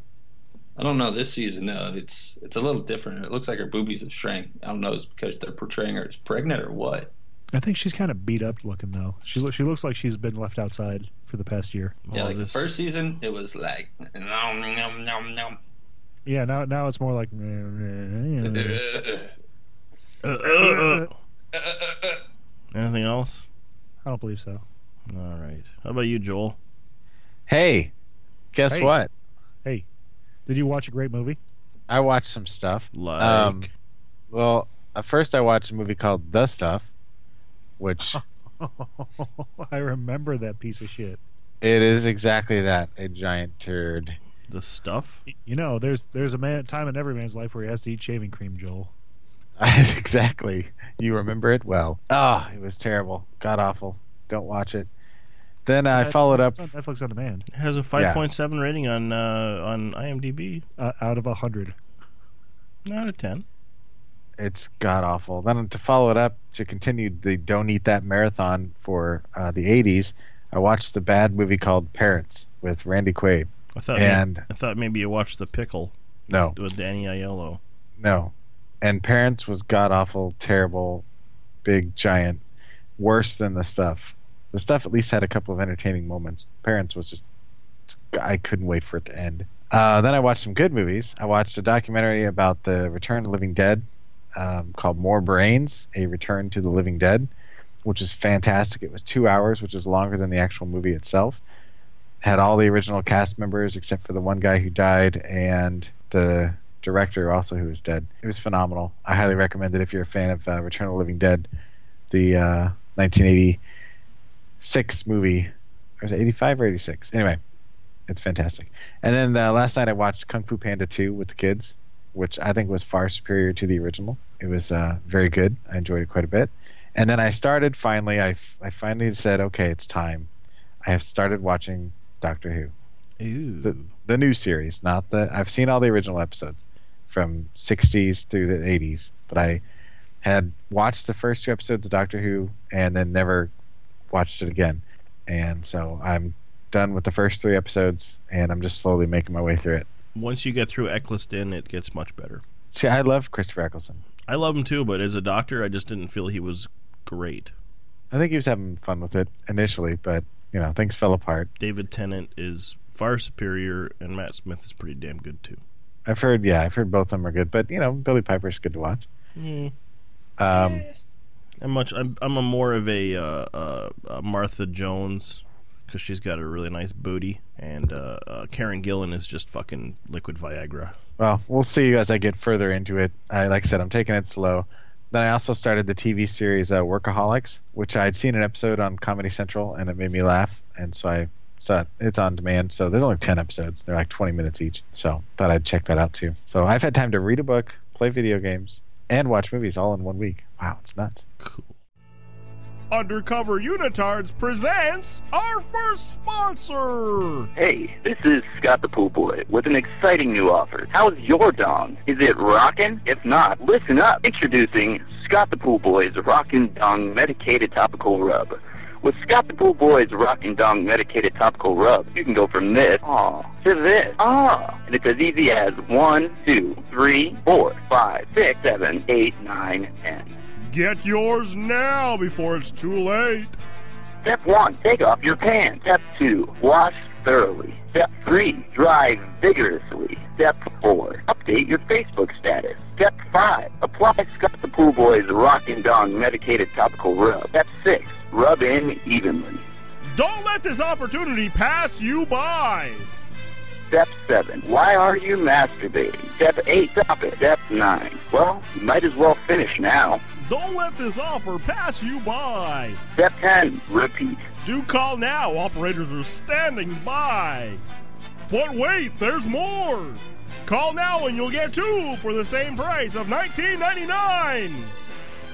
I don't know this season though. It's it's a little different. It looks like her boobies have shrank. I don't know. It's because they're portraying her as pregnant or what.
I think she's kind of beat up looking though. She lo- she looks like she's been left outside for the past year.
yeah, like the first season, it was like nom nom nom nom.
Yeah, now now it's more like.
Mm-hmm.
Uh, uh, uh. Anything else?
I don't believe so.
All right. How about you, Joel?
Hey, guess
Hey.
what?
Hey, did you watch a great movie?
I watched some stuff.
Like?
Um, well, at first I watched a movie called The Stuff, which
I remember that piece of shit.
It is exactly that a giant turd.
The stuff?
You know, there's there's a man time in every man's life where he has to eat shaving cream, Joel.
exactly. You remember it well. Ah, it was terrible. God awful. Don't watch it. Then I
That's-
followed up.
it's on Netflix on demand.
It has a 5.7 rating on uh, on IMDb.
Uh, out of a hundred.
Not a 10.
It's god awful. Then to follow it up to continue the "Don't Eat That" marathon for uh, the '80s, I watched the bad movie called Parents with Randy Quaid.
I thought
and
I thought maybe you watched The Pickle.
No.
With Danny Aiello.
No. And Parents was god awful, terrible, big, giant, worse than the stuff. The stuff at least had a couple of entertaining moments. Parents was just, I couldn't wait for it to end. Uh, then I watched some good movies. I watched a documentary about the Return of the Living Dead um, called More Brains A Return to the Living Dead, which is fantastic. It was two hours, which is longer than the actual movie itself had all the original cast members except for the one guy who died and the director also who was dead. It was phenomenal. I highly recommend it if you're a fan of uh, Return of the Living Dead, the uh, 1986 movie. Or was it 85 or 86? Anyway, it's fantastic. And then uh, last night I watched Kung Fu Panda 2 with the kids, which I think was far superior to the original. It was uh, very good. I enjoyed it quite a bit. And then I started finally, I, f- I finally said, okay, it's time. I have started watching Doctor Who.
Ooh.
The, the new series, not the. I've seen all the original episodes from 60s through the 80s, but I had watched the first two episodes of Doctor Who and then never watched it again. And so I'm done with the first three episodes and I'm just slowly making my way through it.
Once you get through Eccleston, it gets much better.
See, I love Christopher Eccleston.
I love him too, but as a doctor, I just didn't feel he was great.
I think he was having fun with it initially, but, you know, things fell apart.
David Tennant is far superior, and Matt Smith is pretty damn good too.
I've heard, yeah, I've heard both of them are good, but, you know, Billy Piper's good to watch. Um,
I'm much. I'm. I'm a more of a, uh, uh, uh, Martha Jones because she's got a really nice booty, and uh, uh, Karen Gillan is just fucking liquid Viagra.
Well, we'll see as I get further into it. I, like I said, I'm taking it slow. Then I also started the TV series uh, Workaholics, which I'd seen an episode on Comedy Central, and it made me laugh. And so I saw it. It's on demand. So there's only 10 episodes. They're like 20 minutes each. So thought I'd check that out too. So I've had time to read a book, play video games, and watch movies all in one week. Wow, it's nuts.
Undercover Unitards presents our first sponsor.
Hey, this is Scott the Pool Boy with an exciting new offer. How's your dong? Is it rockin'? If not, listen up. Introducing Scott the Pool Boy's Rockin' Dong Medicated Topical Rub. With Scott the Pool Boy's Rockin' Dong Medicated Topical Rub, you can go from this aw, to this aw. And it's as easy as one, two, three, four, five, six, seven, eight, nine, ten.
Get yours now before it's too late.
Step one, take off your pants. Step two, wash thoroughly. Step three, drive vigorously. Step four, update your Facebook status. Step five, apply Scott the Pool Boy's Rock and Dong medicated topical rub. Step six, rub in evenly.
Don't let this opportunity pass you by.
Step seven, why are you masturbating? Step eight, stop it. Step nine, well, you might as well finish now.
Don't let this offer pass you by.
Step ten, repeat.
Do call now. Operators are standing by. But wait, there's more. Call now and you'll get two for the same price of $19.99.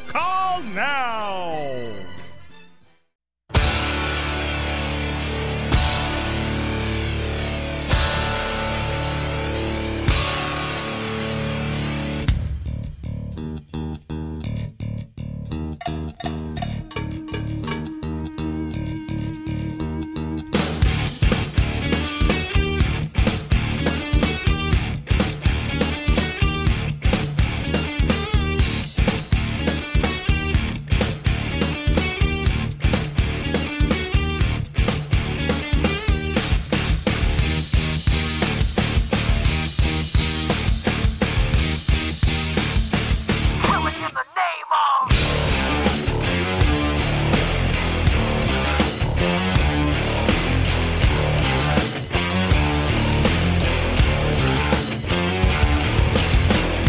Call now.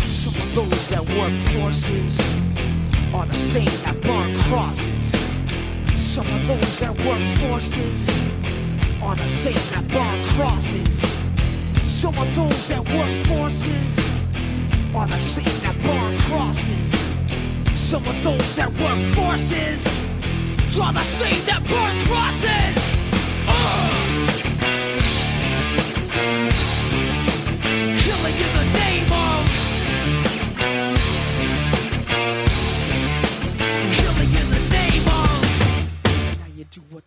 Some of those that work forces are the same that burn crosses. Some of those that work forces are the same that burn crosses. Some of those that work forces are the same that burn crosses. Some of those that work forces draw the same that Uh. burn crosses. Ugh. Killing in the name of. Killing in the name of. Now you do what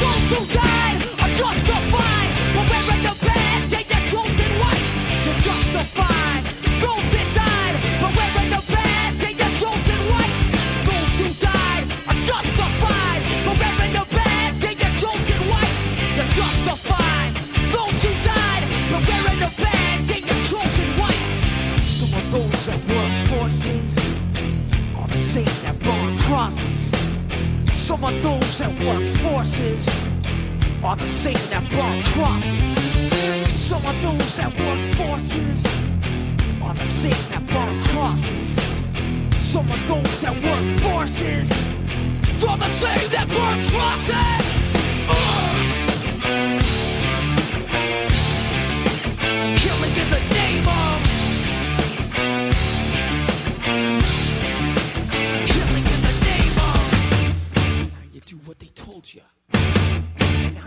Those who died are justified. We're wearing the badge and you're chosen white. You're justified. Those that died are wearing the badge and you're chosen white. Those who died are justified. We're wearing the badge and you're chosen white. You're justified. Those who died are wearing the badge and you're chosen white. Some of those that work forces are the same that burn crosses. Some of those that work forces are the same that burn crosses. Some of those that work forces are the same that burn crosses. Some of those that work forces are the same that burn crosses. Uh. Ugh. Killing in the name of. Killing in the name of. Now you do what they told you. Now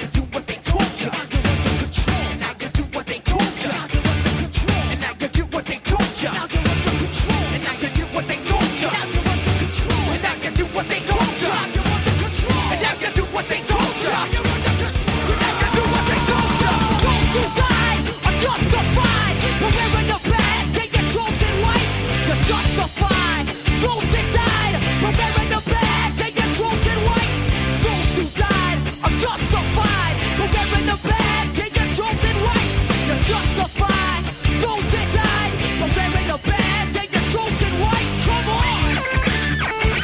you do what they told you. You're under control. Now you do what they told you. You're under control. And now you do what they told you. Now you're under control. And now you do what they told you. Now you're under control. And now you do what they told you. Now you're under control. And now you do what they told you. Now you're under control. And now you do what they told you. Those who died are justified. But wearing the badge and your chosen white. You're justified. Those that died for wearing the badge and your chosen white. Those who died are justified for wearing the badge and your chosen white. You're justified. Those that died for wearing the badge and your chosen white. Come on.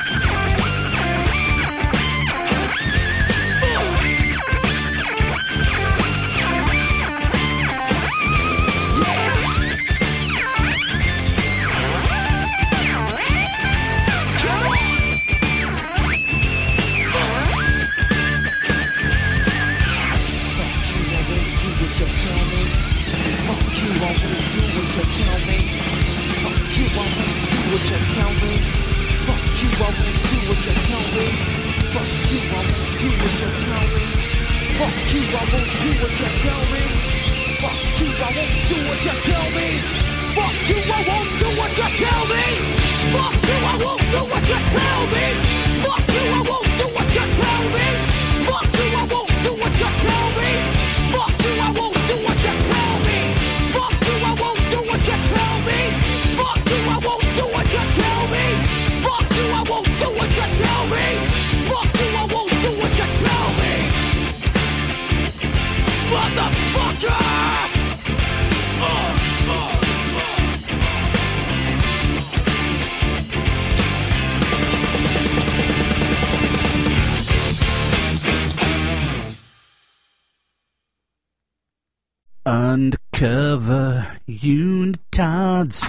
Undercover unitards.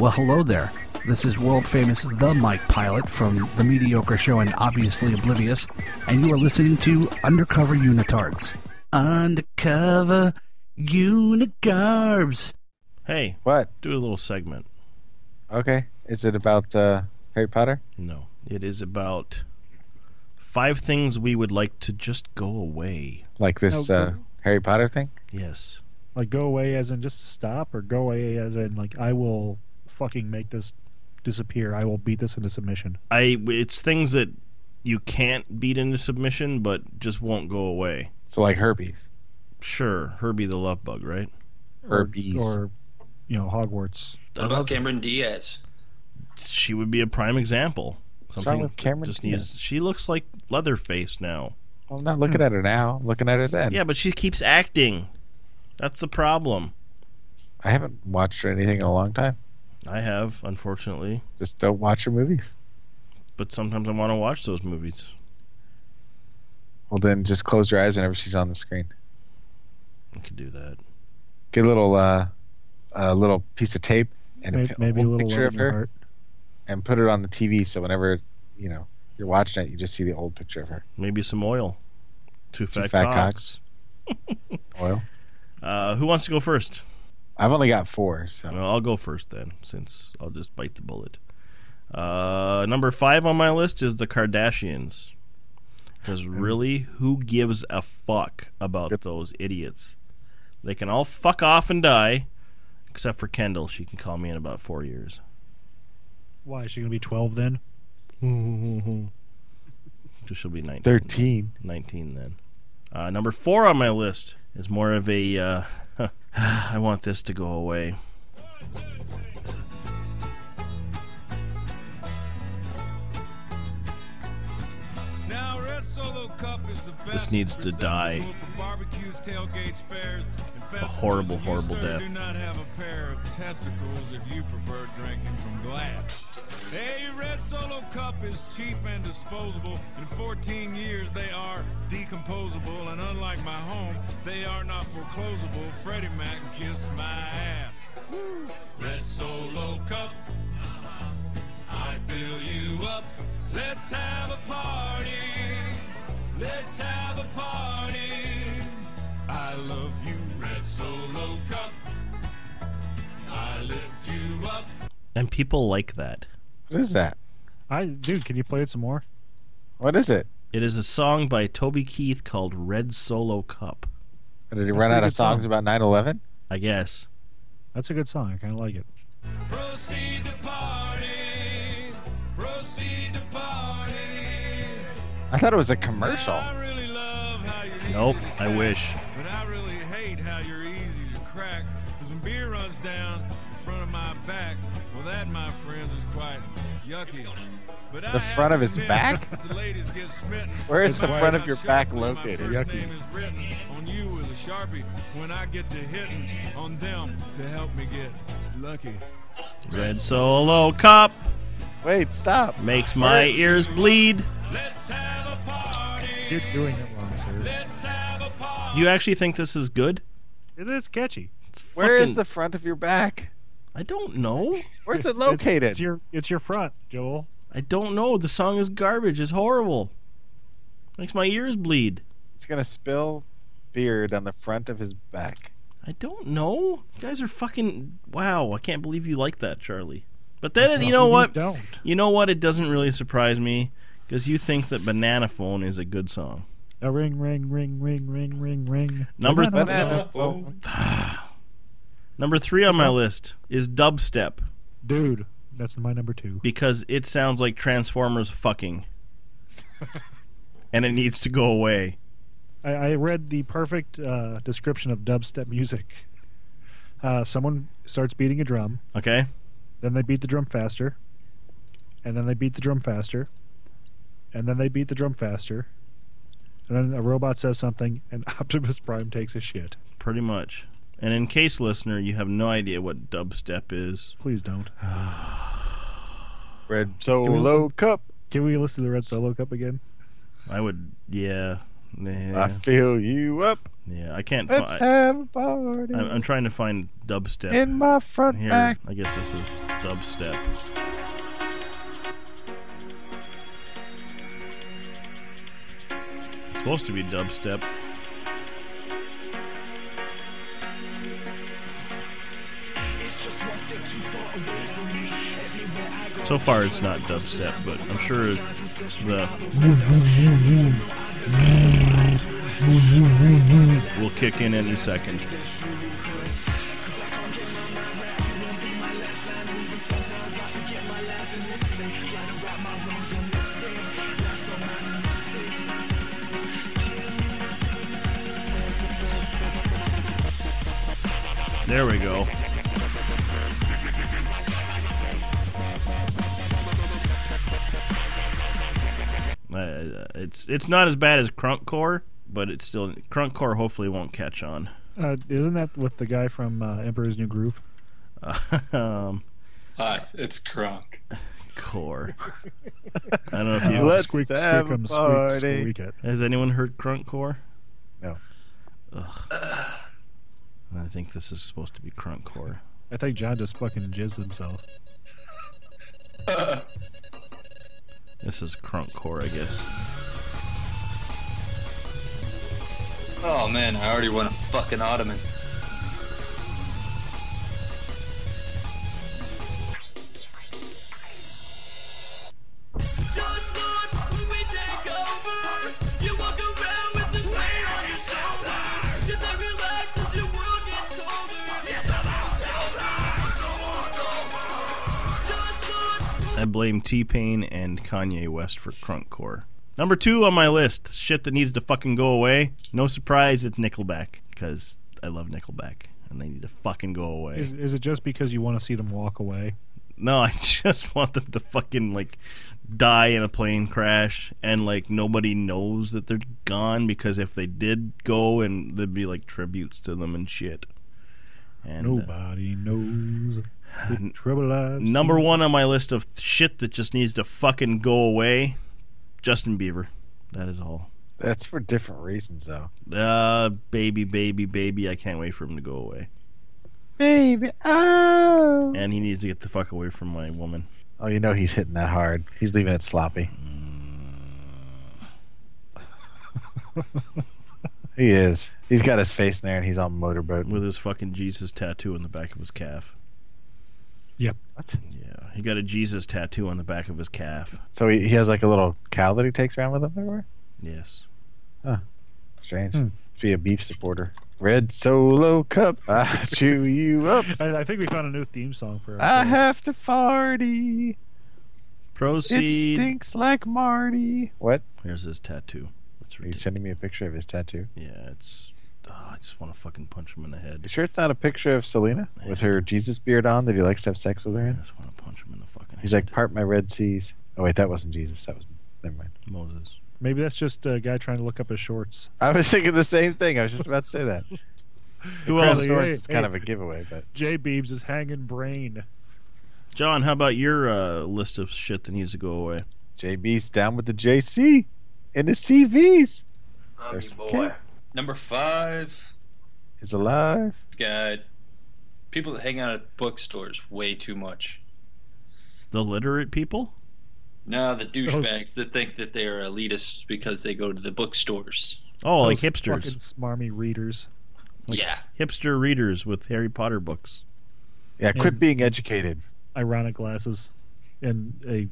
Well, hello there. This is world famous The Mike Pilot from The Mediocre Show and Obviously Oblivious, and you are listening to Undercover Unitards. Undercover Unigarbs.
Hey, what? Do a little segment.
Okay. Is it about uh, Harry Potter?
No, it is about five things we would like to just go away.
Like this
Oh,
uh,
cool.
Harry Potter thing?
Yes.
Like go away as in just stop or go away as in like I will fucking make this disappear. I will beat this into submission.
I it's things that you can't beat into submission, but just won't go away.
So like herpes.
Sure, Herbie the Love Bug, right?
Herbies.
Or, you know, Hogwarts.
What about Cameron Diaz?
She would be a prime example. Something
with Cameron
just needs-
Diaz?
She looks like Leatherface now.
I'm not looking at her now. I'm looking at her then.
Yeah, but she keeps acting. That's the problem.
I haven't watched her anything in a long time.
I have, unfortunately,
Just don't watch her movies.
but sometimes I want to watch those movies.
Well, then just close your eyes whenever she's on the screen.
I could do that.
Get a little, uh, a little piece of tape and
May-
a, pi-
maybe a
whole
little
picture
love
of
in your
her,
heart.
and put it on the TV. So whenever you know you're watching it, you just see the old picture of her.
Maybe some oil. Two fat,
fat
cocks.
Oil.
Uh, who wants to go first?
I've only got four, so
Well, I'll go first then, since I'll just bite the bullet. Uh, number five on my list is the Kardashians. Because really, who gives a fuck about those idiots? They can all fuck off and die, except for Kendall. She can call me in about four years.
Why? Is she going to be 12 then?
'Cause she'll be 19.
13.
19 then. Uh, number four on my list is more of a. Uh, I want this to go away.
Now Red Solo Cup is the best.
This needs to die.
for barbecues, tailgates, fairs, and
A horrible,
festivals.
horrible
you, sir,
death.
do not have a pair of testicles if you prefer drinking from glass. Hey, Red Solo Cup is cheap and disposable. In 14 years, they are decomposable, and unlike my home, they are not foreclosable. Freddie Mac kissed my ass. Woo! Red Solo Cup. I fill you up. Let's have a party. Let's have a party. I love you, Red Solo Cup. I lift you up.
And people like that.
What is that?
I Dude, can you play it some more?
What is it?
It is a song by Toby Keith called Red Solo Cup.
Did he run out of songs about 9/11?
I guess.
That's a good song. I kind of like it.
Proceed to party. Proceed to party.
I thought it was a commercial.
Nope. I wish.
But I really hate how you're easy to crack. Cause when beer runs down in front of my back, well, that, my friends, is quite yucky. But I
The
have
front
to
of his
admit,
back?
if the ladies get smitten,
Where is the
my
front of
eyes
your
shut
back
when my
located?
first
Yucky.
name is written on you with a sharpie when I get to hitting on them to help me get lucky.
Red Solo Cup
Wait, stop.
makes my ears bleed.
You're doing it wrong, sir.
You actually think this is good?
It is catchy.
Where is
Fucking-
the front of your back?
I don't know.
Where's it
It's-
located?
It's, it's your it's your front, Joel.
I don't know. The song is garbage. It's horrible. Makes my ears bleed.
It's gonna spill beard on the front of his back.
I don't know. You guys are fucking wow. I can't believe you like that, Charlie. But then you know
You
what?
don't.
You know what? It doesn't really surprise me because you think that Banana Phone is a good song.
A ring, ring, ring, ring, ring, ring, ring.
Number
Banana
Banana
phone.
Number three on my list is dubstep
Dude, that's my number two.
because it sounds like Transformers fucking, and it needs to go away.
I, I read the perfect uh, description of dubstep music. Uh, someone starts beating a drum,
Okay.
then they beat the drum faster, and then they beat the drum faster, and then they beat the drum faster, and then a robot says something, and Optimus Prime takes a shit.
Pretty much. And in case, listener, you have no idea what dubstep is.
Please don't.
Red
Can we
Solo
listen-
Cup.
Can we listen to the Red Solo Cup again?
I would, yeah,
I
yeah,
fill you up.
yeah. I can't.
Let's
fi-
have a party
I, I'm trying to find dubstep
in my front
Here,
back.
I guess this is dubstep. It's supposed to be dubstep. So far, it's not dubstep, but I'm sure the will kick in any second. There we go. Uh, it's it's not as bad as Crunk Core, but it's still Crunk Core. Hopefully, won't catch on.
Uh, isn't that with the guy from uh, Emperor's New Groove?
um,
Hi, it's Crunk.
Core. I don't know if you
Oh,
Let's have a party.
Has anyone heard Crunk Core?
No.
Ugh. I think this is supposed to be Crunk Core.
I think John just fucking jizzed himself.
This is Crunk Core, I guess.
Oh man, I already want a fucking ottoman.
I blame T Pain and Kanye West for Crunk Core. Number two on my list, shit that needs to fucking go away. No surprise, it's Nickelback because I love Nickelback and they need to fucking go away.
Is, is it just because you want to see them walk away?
No, I just want them to fucking like die in a plane crash and like nobody knows that they're gone because if they did go and there'd be like tributes to them and shit. And uh,
Nobody knows the trouble I've
number
seen.
one on my list of shit that just needs to fucking go away, Justin Bieber. That is all.
That's for different reasons, though.
Uh baby, baby, baby. I can't wait for him to go away.
Baby, oh.
And he needs to get the fuck away from my woman.
Oh, you know he's hitting that hard. He's leaving it sloppy. he is. He's got his face in there, and he's on motorboat.
With his fucking Jesus tattoo on the back of his calf.
Yep.
What?
Yeah. He got a Jesus tattoo on the back of his calf.
So he, he has like a little cow that he takes around with him everywhere.
Yes.
Huh. Strange. Should Be a beef supporter. Red Solo Cup, I chew you up.
I, I think we found a new theme song for.
I have to party. It
Proceed.
stinks like Marty. What?
Here's his tattoo. It's
Are you
ridiculous.
sending me a picture of his tattoo?
Yeah, it's. Oh, I just want to fucking punch him in the head.
You sure it's not a picture of Selena with her Jesus beard on that he likes to have sex with her in?
I just want to punch him in the fucking
He's like, part my Red Seas. Oh wait, that wasn't Jesus. That was never mind.
Moses.
Maybe that's just a guy trying to look up his shorts.
I was thinking the same thing. I was just about to say that.
Who
Crash
else?
Course
Hey,
is kind
hey.
of a giveaway, but
J Beebs is hanging brain.
John, how about your uh, list of shit that needs to go away?
JB's down with the JC and the CVs.
Love
There's
you,
the
boy.
cat
Number five,
is alive.
we've got people that hang out at bookstores way too much.
The literate people?
No, the douchebags that think that they are elitists because they go to the bookstores.
Oh, like
Those
hipsters.
Fucking smarmy readers.
Yeah.
Hipster readers with Harry Potter books.
Yeah, quit
And-
being educated.
Ironic glasses, and a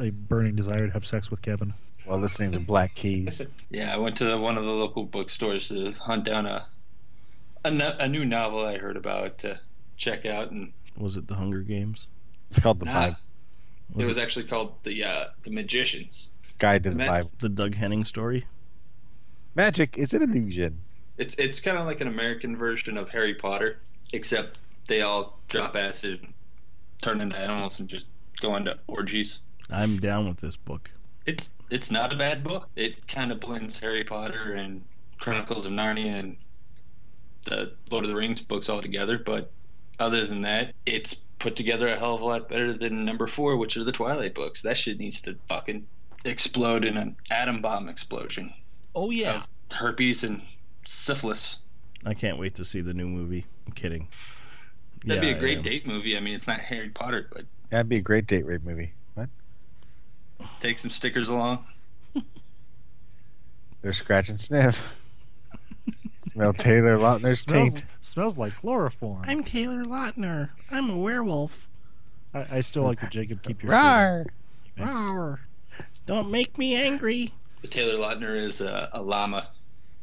a burning desire to have sex with Kevin.
While listening to Black Keys,
Yeah, I went to one of the local bookstores to hunt down a a, no- a new novel I heard about to check out, and
Was it The Hunger Games?
it's called the
Nah.
Bible
it was actually called the uh, the Magicians.
Guide to the
Ma-
Bible.
The Doug Henning story?
Magic is an illusion.
It's it's kind of like an American version of Harry Potter, except they all drop acid, turn into animals, and just go into orgies.
I'm down with this book.
It's it's not a bad book. It kind of blends Harry Potter and Chronicles of Narnia and the Lord of the Rings books all together. But other than that, it's put together a hell of a lot better than number four, which are the Twilight books. That shit needs to fucking explode in an atom bomb explosion.
Oh yeah.
Of herpes and syphilis.
I can't wait to see the new movie. I'm kidding.
That'd
Yeah,
be a
I
great
am.
date movie. I mean, it's not Harry Potter, but
That'd be a great date rape movie. What?
take some stickers along.
They're scratch and sniff. Smell Taylor Lautner's
Smells,
taint.
smells like chloroform.
I'm Taylor Lautner. I'm a werewolf.
I, I still like the Jacob keep your
Rawr.
Thanks.
Rawr. Don't make me angry.
The Taylor Lautner is a, a llama.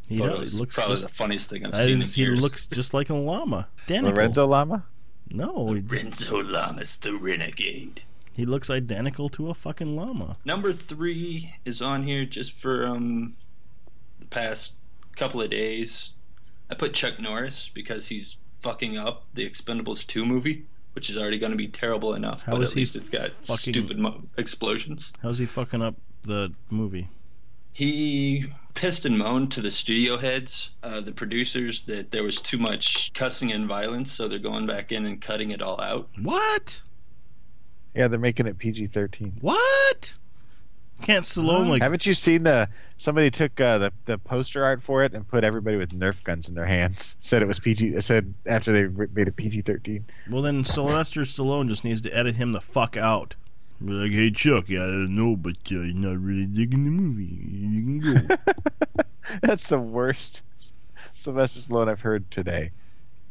He
Photo
does-
is
looks
probably
just-
the funniest thing I've
That
seen
is-
in
he
years.
looks just like a llama. Identical.
Lorenzo Lama?
No, he, just-
Renzo Lamas, the renegade.
he looks identical to a fucking llama.
Number three is on here just for um the past couple of days. I put Chuck Norris because he's fucking up the Expendables 2 movie, which is already going to be terrible enough,
How
but
is
at
he
least it's got
fucking-
stupid mo- explosions.
How's he fucking up the movie?
He pissed and moaned to the studio heads, uh, the producers, that there was too much cussing and violence, so they're going back in and cutting it all out.
What?
Yeah, they're making it PG thirteen.
What? Can't Stallone like
Haven't you seen the somebody took uh, the the poster art for it and put everybody with Nerf guns in their hands? Said it was PG. it Said after they re- made it PG thirteen.
Well, then Sylvester Stallone just needs to edit him the fuck out. Be like, hey Chuck, yeah, I don't know, but uh, you're not really digging the movie. You can go.
That's the worst Sylvester Stallone I've heard today.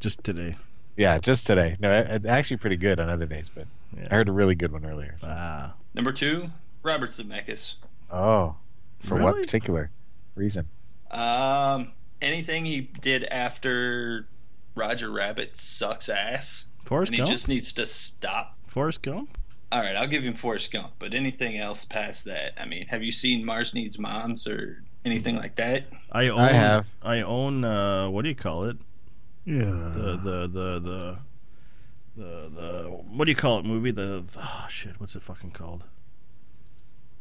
Just today.
Yeah, just today. No, it- it's actually pretty good on other days, but I heard a really good one earlier.
Ah.
Number two, Robert Zemeckis.
Oh, for what
Really?
particular reason?
Um, anything he did after Roger Rabbit sucks ass.
Forrest
and he
Gump?
just needs to stop.
Forrest Gump?
All right, I'll give him Forrest Gump, but anything else past that? I mean, have you seen Mars Needs Moms or anything like that?
I own.
I have.
I own. Uh, what do you call it?
Yeah.
The the the the the the what do you call it movie? The, the- oh shit, what's it fucking called?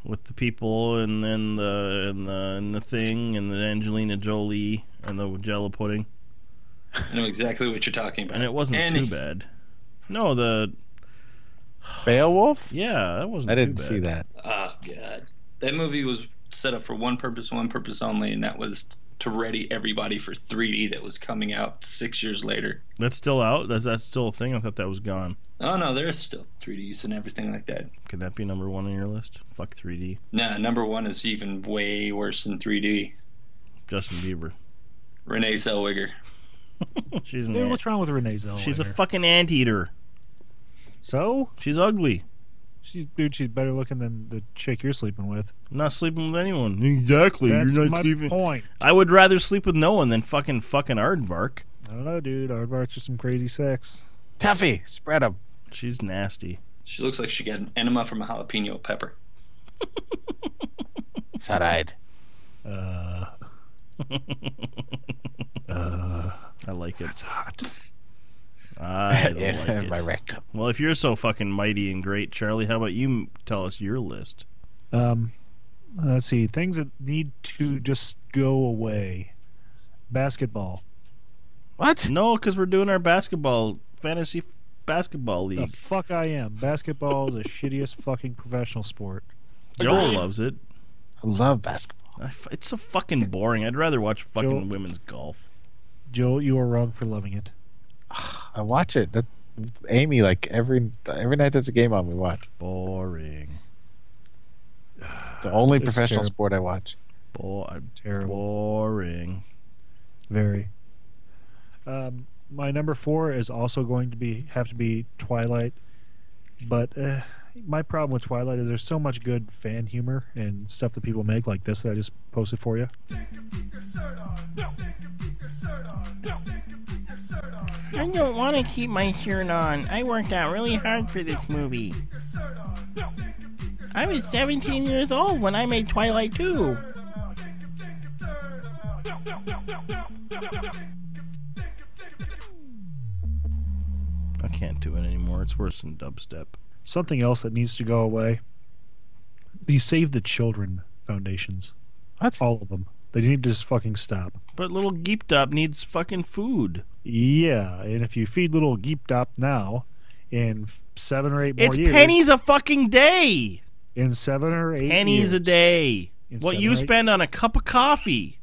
With the people and then the and the and the thing and the Angelina Jolie and the Jello pudding.
I know exactly what you're talking about.
And it wasn't
Any-
too bad. No, the
Beowulf.
Yeah, that wasn't.
I
too
didn't
bad.
see that.
Oh god, that movie was set up for one purpose, one purpose only, and that was to ready everybody for 3D that was coming out six years later.
That's still out. That's that's still a thing. I thought that was gone.
Oh no, there's still 3Ds and everything like that.
Could that be number one on your list? Fuck 3D.
Nah, number one is even way worse than 3D.
Justin Bieber.
Renee Zellweger.
She's an
Dude,
ant.
what's wrong with Renee Zellweger?
She's a fucking anteater.
So?
She's ugly.
She's dude. She's better looking than the chick you're sleeping with.
I'm not sleeping with anyone. Exactly.
That's
You're not
my
sleeping.
point.
I would rather sleep with no one than fucking fucking Aardvark.
I don't know, dude. Aardvark's just some crazy sex.
Tuffy, spread them.
She's nasty.
She looks like she got an enema from a jalapeno pepper.
Saride.
Uh.
uh, I like it. That's hot. I don't
Yeah,
like it.
my rectum.
Well, if you're so fucking mighty and great, Charlie, how about you m- tell us your list?
Um, let's see. Things that need to just go away. Basketball.
What?
No, because we're doing our basketball fantasy f- basketball
The
league.
fuck I am. Basketball is the shittiest fucking professional sport.
Joel loves it.
I love basketball.
it's so fucking boring. I'd rather watch fucking
Joel-
women's golf.
Joel, you are wrong for loving it.
I watch it. That, Amy, like every every night there's a game on, we watch.
Boring.
It's the only
It's
professional
terrible.
sport I watch.
Bo- I'm
Terrible.
Boring.
Very. Um, my number four is also going to be have to be Twilight, but uh, my problem with Twilight is there's so much good fan humor and stuff that people make like this that I just posted for you.
I don't want to keep my shirt on. I worked out really hard for this movie. I was 17 years old when I made Twilight 2.
I can't do it anymore. It's worse than dubstep.
Something else that needs to go away: the Save the Children foundations.
What?
All of them. They need to just fucking stop.
But little Geeped Up needs fucking food.
Yeah, and if you feed little geeped up now, in f- seven or eight more
It's
years,
pennies a fucking day.
in seven or eight
Pennies a
years-
day.
It's
what
seven
you
or eight-
spend on a cup of coffee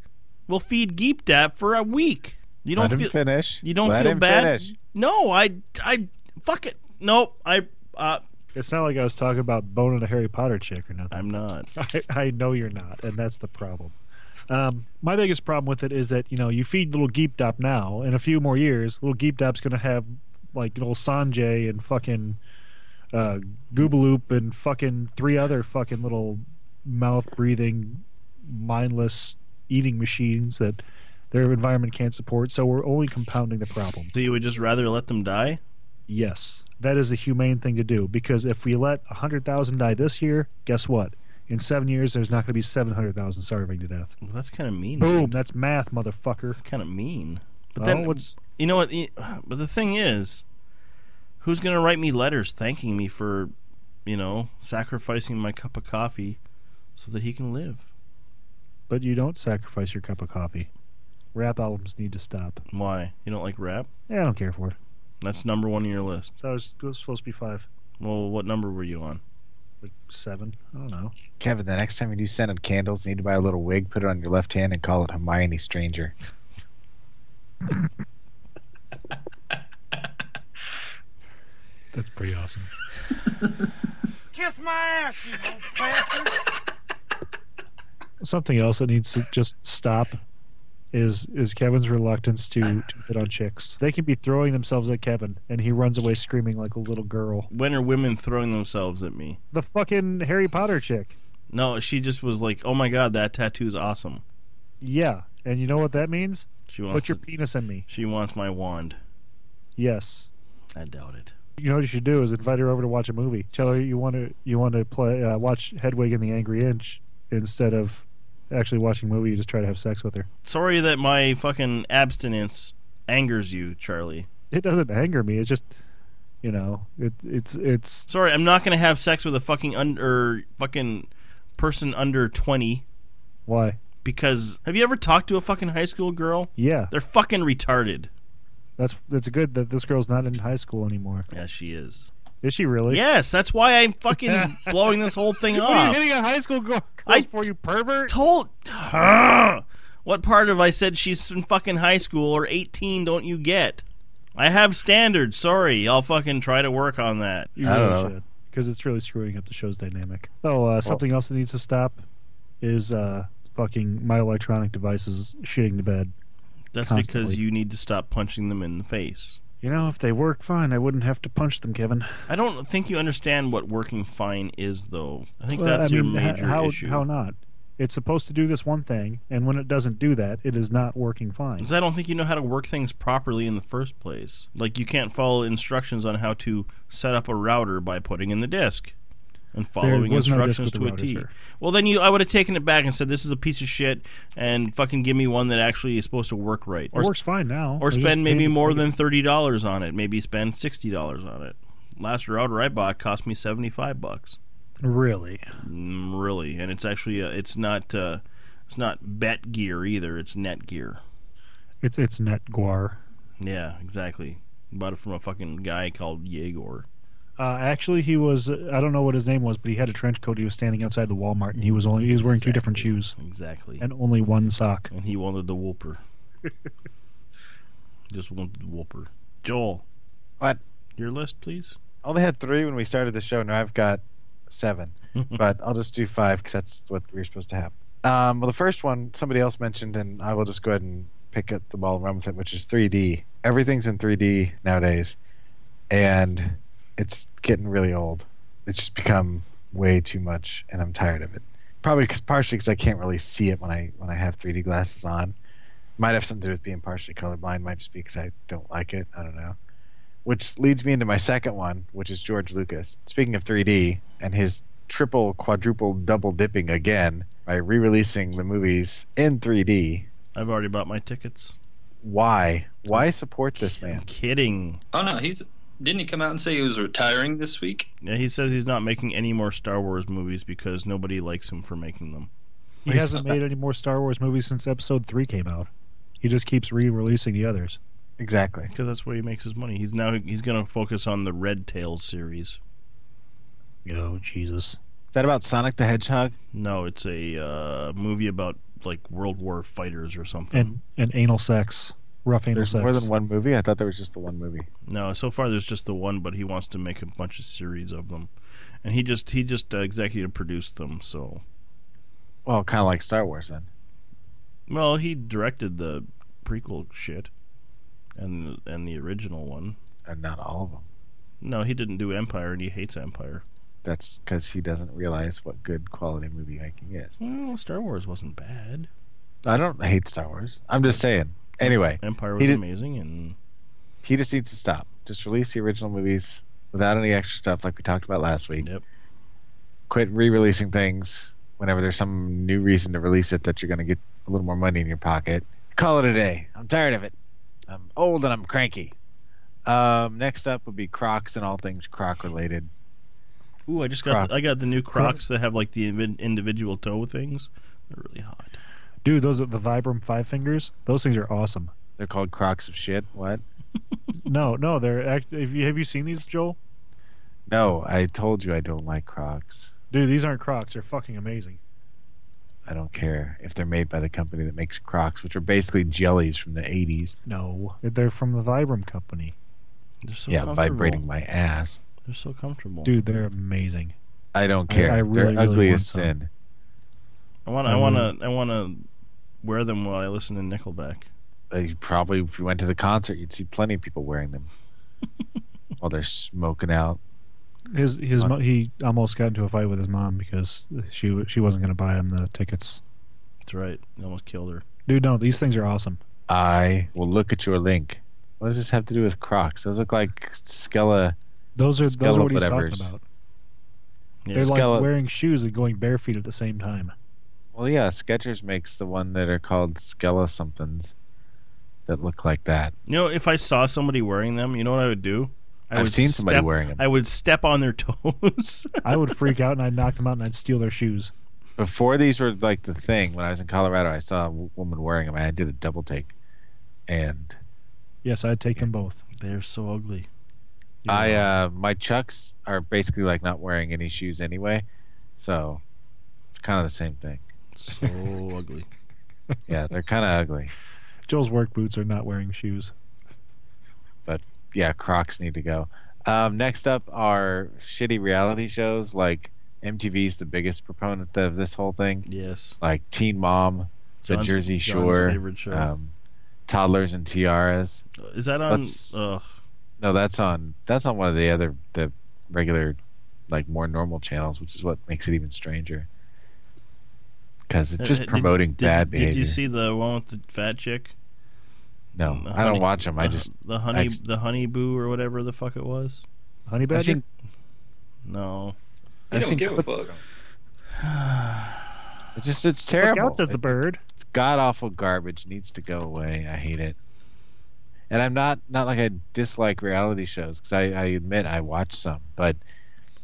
will feed Geeped Up for a week. You don't
Let him
feel
finish.
You don't
Let
feel
him
bad.
finish.
No, I I fuck it. Nope. I uh,
It's not like I was talking about boning a Harry Potter chick or nothing.
I'm not.
I, I know you're not, and that's the problem. Um, my biggest problem with it is that you know you feed little Geep Dop now, in a few more years, little Geep Dop's gonna have like little Sanjay and fucking uh, Goobaloop and fucking three other fucking little mouth breathing, mindless eating machines that their environment can't support. So we're only compounding the problem.
So you would just rather let them die?
Yes, that is a humane thing to do because if we let 100,000 die this year, guess what? In seven years, there's not going to be 700,000 starving to death.
Well, that's kind of mean.
Boom, that's math, motherfucker.
That's kind of mean. But then,
Well, what's-
you know what? y- But the thing is, who's going to write me letters thanking me for, you know, sacrificing my cup of coffee so that he can live?
But you don't sacrifice your cup of coffee. Rap albums need to stop.
Why? You don't like rap?
Yeah, I don't care for it.
That's number one on your list.
That was, it was supposed to be five.
Well, what number were you on?
Like seven. I don't know.
Kevin, the next time you do scented candles, you need to buy a little wig, put it on your left hand, and call it Hermione Stranger.
That's pretty awesome.
Kiss my ass, you old bastard.
Something else that needs to just stop is is Kevin's reluctance to, to hit on chicks. They can be throwing themselves at Kevin, and he runs away screaming like a little girl.
When are women throwing themselves at me?
The fucking Harry Potter chick.
No, she just was like, "Oh my god, that tattoo's awesome."
Yeah, and you know what that means?
She wants
Put your
to-
penis in me.
She wants my wand.
Yes.
I doubt it.
You know what you should do is invite her over to watch a movie. Tell her you want to you want to play uh, watch Hedwig and the Angry Inch instead of actually watching a movie. You just try to have sex with her.
Sorry that my fucking abstinence angers you, Charlie.
It doesn't anger me. It's just you know it it's it's
Sorry, I'm not gonna have sex with a fucking under fucking person under twenty
why
because have you ever talked to a fucking high school girl?
yeah
They're fucking retarded.
that's that's good that this girl's not in high school anymore.
Yeah, she is.
Is she really?
Yes, that's why I'm fucking blowing this whole thing
What
off.
are you hitting a high school girl
I
for you pervert?
Told. what part of I said she's in fucking high school or 18 don't you get? I have standards. Sorry, I'll fucking try to work on that.
You really because it's really screwing up the show's dynamic. Oh, uh, something else that needs to stop is uh, fucking my electronic devices shitting the bed.
That's
constantly.
because you need to stop punching them in the face.
You know, if they worked fine, I wouldn't have to punch them, Kevin.
I don't think you understand what working fine is, though. I think
Well,
that's
I
your
mean, h-
major
how,
issue.
How not? It's supposed to do this one thing, and when it doesn't do that, it is not working fine.
Because I don't think you know how to work things properly in the first place. Like you can't follow instructions on how to set up a router by putting in the disk and following
was no disk with
instructions to
the
a
router,
T.
sir.
Well, then you I would have taken it back and said this is a piece of shit and fucking give me one that actually is supposed to work right.
It works fine now.
Or
I just
spend maybe
paid-
more than thirty dollars on it. Maybe spend sixty dollars on it. Last router I bought cost me seventy five bucks.
Really?
Mm, really, and it's actually uh, it's not uh, it's not bet gear either. It's net gear.
It's it's Netguar.
Yeah, exactly. Bought it from a fucking guy called Yegor.
Uh, actually, he was. I don't know what his name was, but he had a trench coat. He was standing outside the Walmart, and he was only he was wearing two different shoes
Exactly.
and only one sock.
And he wanted the whooper. Just wanted the whooper. Joel.
What?
Your list, please.
I only had three when we started the show. Now I've got seven, but I'll just do five because that's what we were supposed to have. Um, well, the first one somebody else mentioned, and I will just go ahead and pick up the ball and run with it, which is 3D. Everything's in 3D nowadays, and it's getting really old. It's just become way too much, and I'm tired of it. Probably 'cause- partially because I can't really see it when I when I have 3D glasses on. Might have something to do with being partially colorblind. Might just be because I don't like it. I don't know which leads me into my second one, which is George Lucas. Speaking of 3D and his triple, quadruple, double dipping again by re releasing the movies in 3D,
I've already bought my tickets.
why? Why support this man?
Kidding.
Oh no, he's didn't he come out and say he was retiring this week?
Yeah, he says he's not making any more Star Wars movies because nobody likes him for making them.
He hasn't made any more Star Wars movies since Episode Three came out. He just keeps re-releasing the others.
Exactly.
Because that's where he makes his money. He's now he's going to focus on the Red Tails series.
Oh Jesus!
Is that about Sonic the Hedgehog?
No, it's a uh, movie about like World War fighters or something.
And and anal sex, rough anal
There's
sex.
more than one movie? I thought there was just the one movie.
No, so far there's just the one, but he wants to make a bunch of series of them, and he just he just uh, executive produced them. So,
Well, kind of like Star Wars then.
well, he directed the prequel shit, and and the original one.
And not all of them.
No, he didn't do Empire, and he hates Empire.
That's because he doesn't realize what good quality movie making is.
Well, Star Wars wasn't bad.
I don't hate Star Wars. I'm just saying. Anyway,
Empire
he
was
did-
amazing, and
he just needs to stop. Just release the original movies without any extra stuff, like we talked about last week.
Yep.
Quit re-releasing things whenever there's some new reason to release it that you're going to get a little more money in your pocket. Call it a day. I'm tired of it. I'm old and I'm cranky. Um, next up would be Crocs and all things Croc related.
Ooh, I just got
Croc.
the, I got the new Crocs that have like the invi- individual toe things. They're really hot.
Dude, those are the Vibram Five Fingers. Those things are awesome.
They're called Crocs of shit. What?
No, no, they're act- have you have you seen these, Joel?
No, I told you I don't like Crocs.
Dude, these aren't Crocs. They're fucking amazing.
I don't care if they're made by the company that makes Crocs, which are basically jellies from the 80s.
No, they're from the Vibram company.
They're so
yeah,
comfortable.
vibrating my ass.
They're so comfortable.
Dude, they're amazing.
I don't
I-
care.
I really,
they're
really
ugly
want
as
some.
sin.
I want I want
Mm-hmm.
to I want to wear them while I listen to Nickelback.
Uh, you probably, if you went to the concert, you'd see plenty of people wearing them while they're smoking out.
His his mo- he almost got into a fight with his mom because she w- she wasn't going to buy him the tickets.
That's right. It almost killed her.
Dude, no, these things are awesome.
I will look at your link. What does this have to do with Crocs? Those look like Skella.
Those are those are
Skella
what he's
whatevers.
talking about.
Yeah.
They're like
Skella-
wearing shoes and going bare feet at the same time.
Well, yeah, Skechers makes the one that are called Skella somethings that look like that.
You know, if I saw somebody wearing them, you know what I would do? I
I've
would
seen somebody
step-
wearing 'em.
I would step on their toes.
I would freak out and I'd knock them out and I'd steal their shoes.
Before these were like the thing, when I was in Colorado, I saw a w- woman wearing them and I did a double take. And
Yes, I'd take them both.
They're so ugly.
I, uh, my Chucks are basically like not wearing any shoes anyway. So it's kind of the same thing.
So ugly.
Yeah, they're kind of ugly.
Joel's work boots are not wearing shoes.
but yeah, Crocs need to go. Um, next up are shitty reality shows like MTV's the biggest proponent of this whole thing.
Yes.
Like Teen Mom, The
John's-
Jersey
John's
Shore,
favorite show.
Um, Toddlers and Tiaras.
Is that on?
That's-
Uh,
No, that's on that's on one of the other the regular, like more normal channels, which is what makes it even stranger. Because it's
uh,
just
did-
promoting
did,
bad
did,
behavior.
you see the one with the fat chick?
no,
The
I
honey-
don't watch them. I
the-
just
the honey
acc-
the honey boo or whatever the fuck it was.
Honey
I
badger.
think
No.
I don't give a fuck. It's just it's terrible.
out, says the
It-
bird.
It's god awful garbage. Needs to go away. I hate it. And I'm not not like I dislike reality shows because I, I admit I watch some, but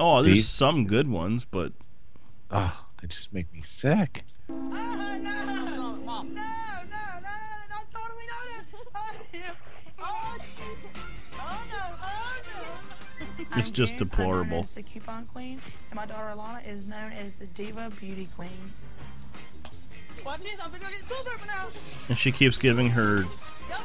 Oh, there's
These-
some good ones, but
oh, they just make me sick.
It's just deplorable.
I'm known as the coupon queen, and my daughter Alana is known as the diva beauty queen. Watch this, I'm gonna get two paper now.
and she keeps giving her
Y'all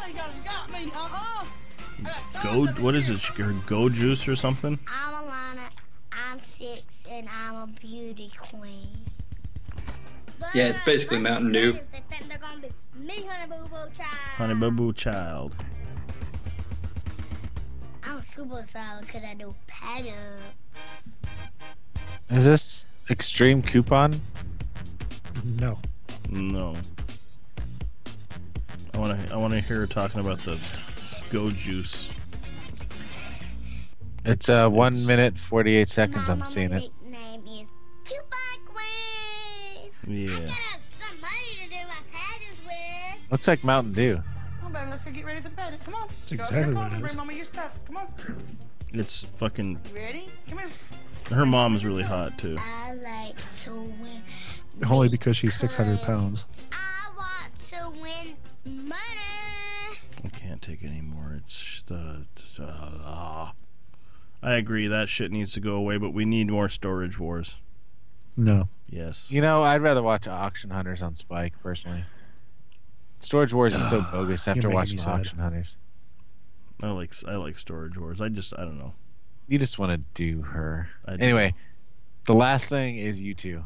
ain't got, got me. Uh-uh.
go. What is it? She- Her go juice or something?
I'm Alana. I'm six, and I'm a beauty queen.
Yeah, it's basically Mountain Dew.
They think they're gonna be me, honey boo boo child.
Honey boo boo child.
I'm super solid because I do pageants.
Is this extreme coupon?
No.
No. I want to. I want to hear her talking about the go juice.
It's uh one minute forty eight seconds. I'm seeing it.
Name is Coupon Queen.
Yeah,
Got somebody to do my pageants with.
looks like Mountain Dew.
Come on, baby, let's go get ready for the pageant. Come on. That's
exactly
your
what
clothes and
it is.
bring mama your stuff. Come on.
It's fucking.
You ready? Come here.
Her mom is really hot too.
I like to win.
Only because she's 600 pounds.
I want to win money.
I can't take anymore. It's the. Uh, ah. I agree. That shit needs to go away, but we need more storage wars.
No.
Yes.
You know, I'd rather watch Auction Hunters on Spike personally. Storage Wars is so bogus after
making
watching
me sad.
Auction Hunters.
I like. I like storage wars. I just. I don't know.
You just want to do her.
I do.
anyway, the last thing is you two.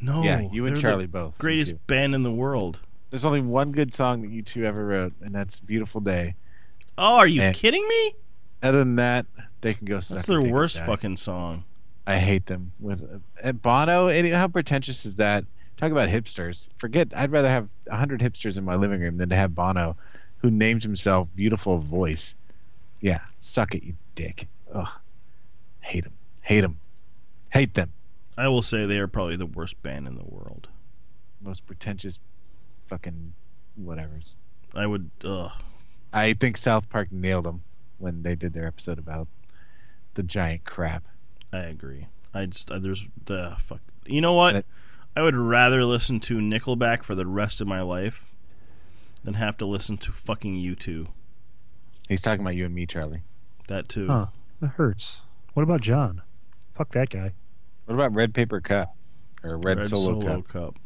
No.
Yeah, you and
they're the
Charlie both. You two.
Greatest band in the world.
There's only one good song that you two ever wrote, and that's "Beautiful Day."
Oh, are you
And
kidding me?
Other than that, they can go. Suck
That's
a
their
Eh. dick and
worst
die.
fucking song.
I hate them. With and Bono, and how pretentious is that? Talk about hipsters. Forget. I'd rather have hundred hipsters in my living room than to have Bono, who names himself "Beautiful Voice." Yeah, suck it, you dick. Ugh, hate him. Hate him. Hate them.
I will say they are probably the worst band in the world.
Most pretentious, fucking, whatever's.
I would. Ugh.
I think South Park nailed them when they did their episode about the giant crab.
I agree. I just I, there's the fuck. You know what? I would rather listen to Nickelback for the rest of my life than have to listen to fucking you two.
He's talking about you and me, Charlie.
That too.
Huh. That hurts. What about John? Fuck that guy.
What about Red Paper Cup or Red, Solo, Cup?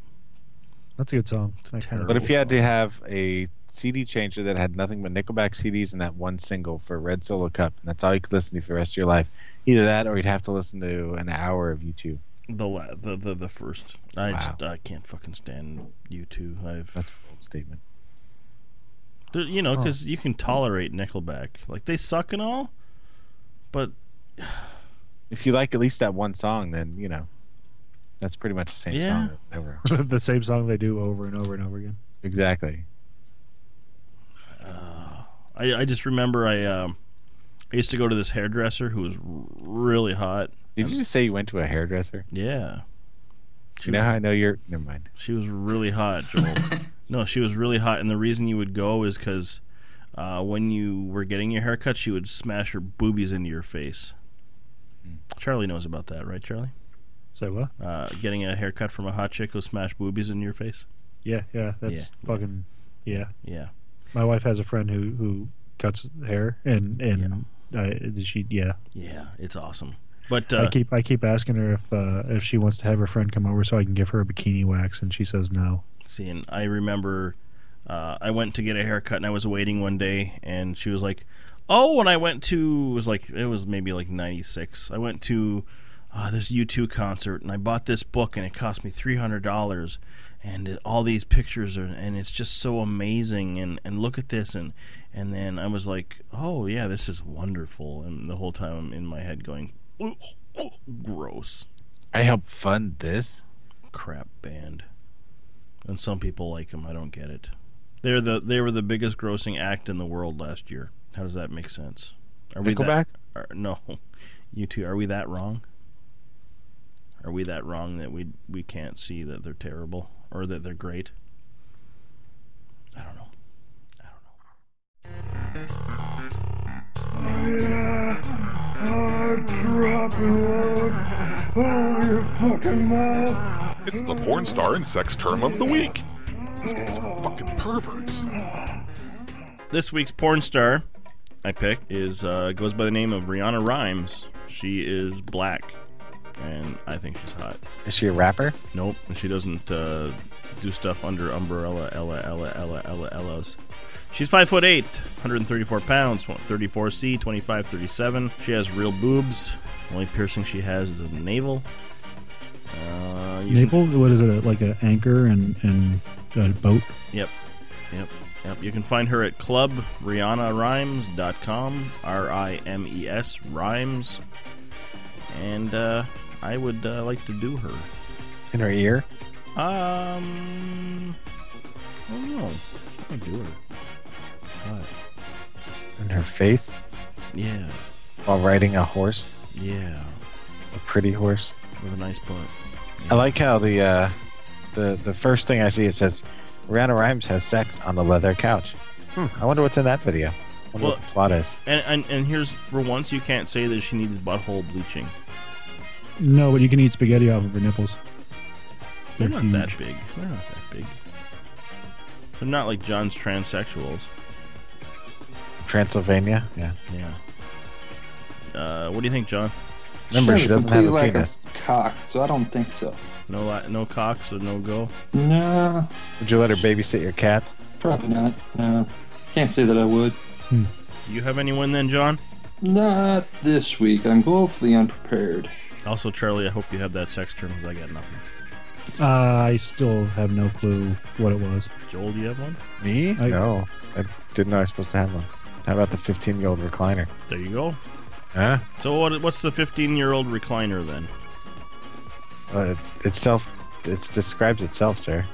That's a good song. I kinda-
But if you had to have a CD changer that had nothing but Nickelback CDs and that one single for Red Solo Cup, and that's all you could listen to for the rest of your life, either that or you'd have to listen to an hour of YouTube.
The la- the, the the first. I just I can't fucking stand you two. I've
that's a bold statement.
You know,
Huh.
because you can tolerate Nickelback, like they suck and all, but
If you like at least that one song, then you know that's pretty much the same
Yeah.
song over.
the same song they do over and over and over again.
Exactly.
I, I just remember I um I used to go to this hairdresser who was r- really hot.
Did you just say you went to a hairdresser?
Yeah. She
You know how
was-
I know you're. Never mind.
She was really hot, Joel. no, she was really hot, and the reason you would go is because uh, when you were getting your haircut, she would smash her boobies into your face. Charlie knows about that, right, Charlie?
Say what?
Uh, getting a haircut from a hot chick who smash boobies in your face.
Yeah, yeah. That's
Yeah.
fucking yeah.
Yeah.
My wife has a friend who who cuts hair and and I, she yeah.
Yeah, it's awesome. But uh,
I keep I keep asking her if uh, if she wants to have her friend come over so I can give her a bikini wax and she says no.
See, and I remember uh, I went to get a haircut and I was waiting one day, and she was like, "Oh," when I went to it was like it was maybe like '96. I went to uh, this U2 concert and I bought this book and it cost me three hundred dollars, and it- all these pictures are and it's just so amazing and and look at this and and then I was like, "Oh yeah, this is wonderful," and the whole time I'm in my head going, "Gross."
I helped fund this
crap band, and some people like them. I don't get it. They're the they were the biggest grossing act in the world last year. How does that make sense?
Nickelback?
that? Are, no, you two. Are we that wrong? Are we that wrong that we we can't see that they're terrible or that they're great?
It's the porn star and sex term of the week. These guys are fucking perverts.
This week's porn star I picked is uh, goes by the name of Rihanna Rhymes. She is black, and I think she's hot.
Is she a rapper?
Nope, and she doesn't uh, do stuff under umbrella Ella Ella Ella Ella Ella's. She's five foot eight, 134 pounds, 34 C, 25, 37. She has real boobs. Only piercing she has is the navel. Uh, you can-
Naval, what is it like an anchor and and a boat?
Yep. Yep. Yep. You can find her at club rihanna R I M E S rhymes. And uh, I would uh, like to do her.
in her ear.
Um I don't know. I do her. What?
in her face
Yeah.
while riding a horse,
Yeah.
a pretty horse.
With a nice butt.
I like how the uh, the the first thing I see it says Rihanna Rhymes has sex on a leather couch. Hmm, I wonder what's in that video. I wonder what
Well-
the plot is.
And, and and here's for once you can't say that she needs butthole bleaching.
No, but you can eat spaghetti off of her nipples.
They're,
They're
not that big. They're not that big. They're not like John's transsexuals.
Transylvania, yeah.
Yeah. Uh, what do you think, John?
Remember, she doesn't have a
Completely
penis.
cock, so I don't think so.
No, li- no cocks or no go.
No,
Would you let her babysit your cat?
probably not. No, can't say that I would.
Do you have anyone then, John?
Not this week. I'm woefully unprepared.
Also, Charlie, I hope you have that sex term because I got nothing.
Uh, I still have no clue what it was.
Joel, do you have one?
Me? no, I didn't know I was supposed to have one. How about the 15 year old recliner?
There you go.
Huh?
So what? What's the 15-year-old recliner then?
Uh, it, itself, it describes itself, sir.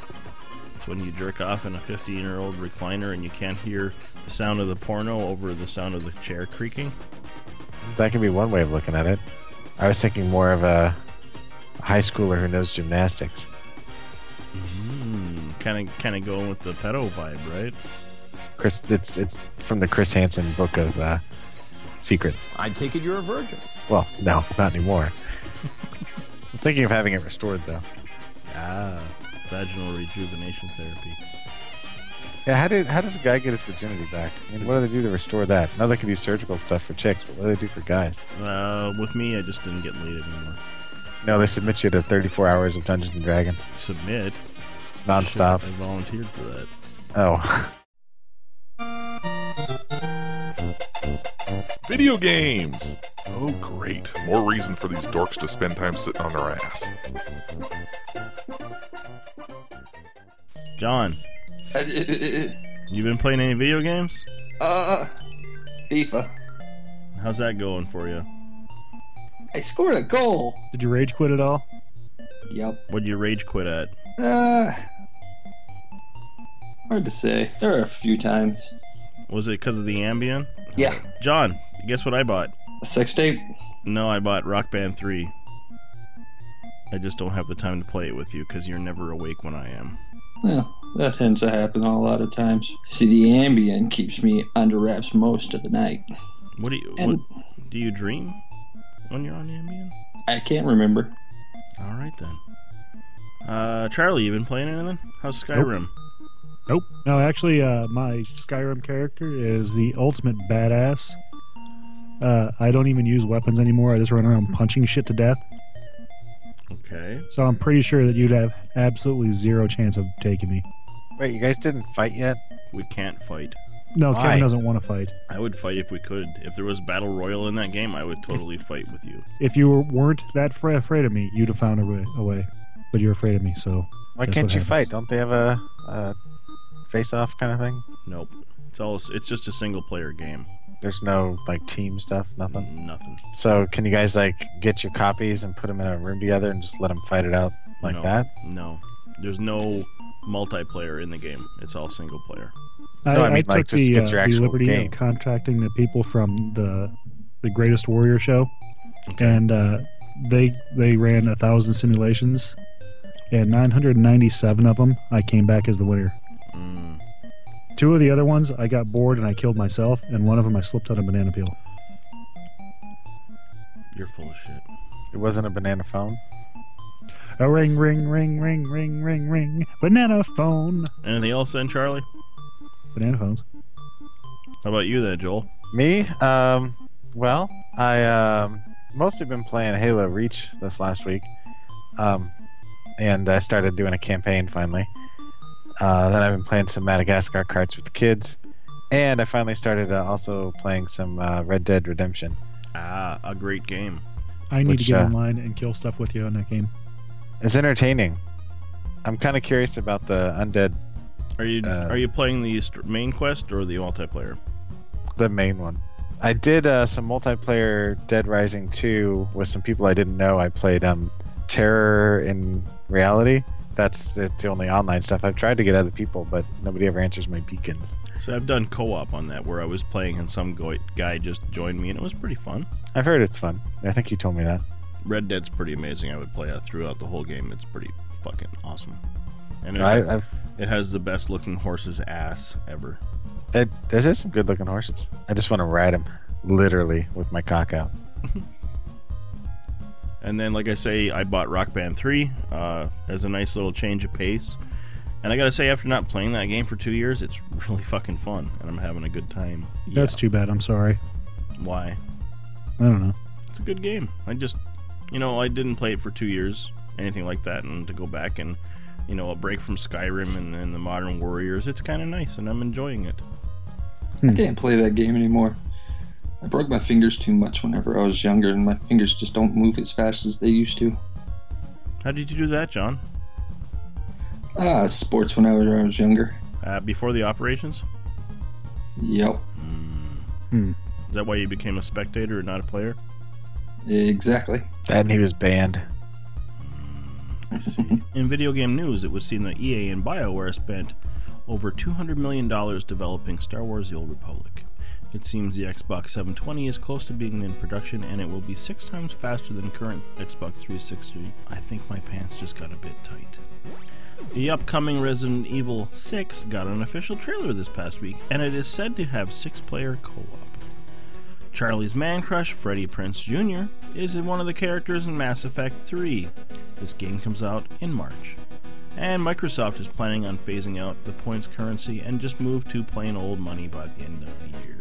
It's when you jerk off in a 15-year-old recliner and you can't hear the sound of the porno over the sound of the chair creaking.
That could be one way of looking at it. I was thinking more of a high schooler who knows gymnastics.
Kind of, kind of going with the pedo vibe, right?
Chris, it's it's from the Chris Hansen book of uh, secrets.
I take it you're a virgin.
Well, no, not anymore. I'm thinking of having it restored though.
Ah, vaginal rejuvenation therapy.
Yeah, how did how does a guy get his virginity back? I mean, what do they do to restore that? Now they can do surgical stuff for chicks, but what do they do for guys?
Uh, with me, I just didn't get laid anymore.
No, they submit you to 34 hours of Dungeons and Dragons
Submit.
nonstop.
I volunteered for that.
Oh,
Video games! Oh, great. More reason for these dorks to spend time sitting on their ass.
John, you been playing any video games?
Uh, FIFA.
How's that going for you?
I scored a goal.
Did you rage quit at all?
Yep.
What'd you rage quit at?
Uh, hard to say. There are a few times.
Was it because of the Ambien?
Yeah.
John, guess what I bought?
A sex tape?
No, I bought Rock Band 3. I just don't have the time to play it with you because you're never awake when I am.
Yeah, that tends to happen a lot of times. See, the Ambien keeps me under wraps most of the night.
What do you
And-
what, do you dream when you're on Ambien?
I can't remember.
All right then. Uh, Charlie, you been playing anything? How's Skyrim?
Nope. No, actually, uh, my Skyrim character is the ultimate badass. Uh, I don't even use weapons anymore. I just run around punching shit to death.
Okay.
So I'm pretty sure that you'd have absolutely zero chance of taking me.
wait, you guys didn't fight yet?
We can't fight.
No,
Why?
Kevin doesn't want to fight.
I would fight if we could. If there was battle royal in that game, I would totally fight with you.
If you were- weren't that fra- afraid of me, you'd have found a way. A way. But you're afraid of me, so.
Why
that's
can't
what
you
happened.
fight? Don't they have a, a face-off kind of thing?
Nope. It's all. It's just a single player game.
There's no like team stuff, nothing.
Nothing.
So can you guys like get your copies and put them in a room together and just let them fight it out like
no,
that?
No. There's no multiplayer in the game. It's all single player.
I,
No, I mean,
took
like, just
the,
get
uh,
your
the
actual
liberty
game.
of contacting the people from the the Greatest Warrior show, and uh, they they ran a thousand simulations, and 997 of them I came back as the winner.
Hmm.
Mm.
Two of the other ones I got bored and I killed myself, and one of them I slipped on a banana peel.
You're full of shit.
It wasn't a banana phone.
A ring, ring, ring, ring, ring, ring, ring. Banana phone.
Anything else then, Charlie?
Banana phones.
How about you then, Joel?
Me? Um, well, I um, mostly been playing Halo Reach this last week, um, and I started doing a campaign finally. Uh, then I've been playing some Madagascar cards with the kids, and I finally started uh, also playing some uh, Red Dead Redemption.
Ah, a great game.
I need
Which,
to get
uh,
online and kill stuff with you on that game.
It's entertaining. I'm kind of curious about the undead,
Are you
Uh,
are you playing the st- main quest or the multiplayer?
the main one. I did uh, some multiplayer Dead Rising 2 with some people I didn't know. I played um, Terror in Reality. That's it, the only online stuff. I've tried to get other people, but nobody ever answers my beacons.
So I've done co-op on that where I was playing and some go- guy just joined me and it was pretty fun.
I've heard it's fun. I think you told me that.
Red Dead's pretty amazing. I would play it throughout the whole game. It's pretty fucking awesome. And it,
No, I- I've-
it has the best looking horse's ass ever.
It, there's just some good looking horses. I just want to ride them, literally, with my cock out.
And then, like I say, I bought Rock Band 3 uh, as a nice little change of pace. And I gotta say, after not playing that game for two years, it's really fucking fun, and I'm having a good time.
That's too bad. I'm sorry.
Why?
I don't know.
It's a good game. I just, you know, I didn't play it for two years, anything like that, and to go back and, you know, a break from Skyrim and, and the Modern Warriors, it's kind of nice, and I'm enjoying it.
I can't play that game anymore. I broke my fingers too much whenever I was younger, and my fingers just don't move as fast as they used to.
How did you do that, John?
Ah, sports whenever I was younger.
Uh, before the operations?
Yep,
Hmm.
Is that why you became a spectator and not a player?
exactly.
And he was banned.
I see. In video game news, it would seem that EA and BioWare spent over $200 million developing Star Wars The Old Republic. It seems the Xbox 720 is close to being in production and it will be six times faster than current Xbox 360. I think my pants just got a bit tight. The upcoming Resident Evil 6 got an official trailer this past week, and it is said to have six player co op. Charlie's Man Crush, Freddie Prince Jr., is one of the characters in Mass Effect 3. This game comes out in March. And Microsoft is planning on phasing out the points currency and just move to plain old money by the end of the year.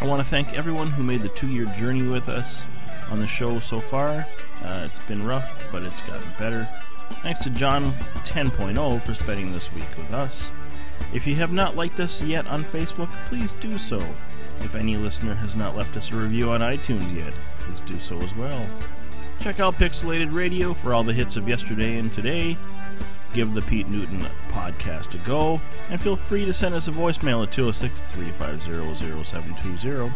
I want to thank everyone who made the two year journey with us on the show so far. Uh, it's been rough, but it's gotten better. Thanks to John 10.0 for spending this week with us. If you have not liked us yet on Facebook, please do so. If any listener has not left us a review on iTunes yet, please do so as well. Check out Pixelated Radio for all the hits of yesterday and today. Give the Pete Newton podcast a go, and feel free to send us a voicemail at 206 350 0720.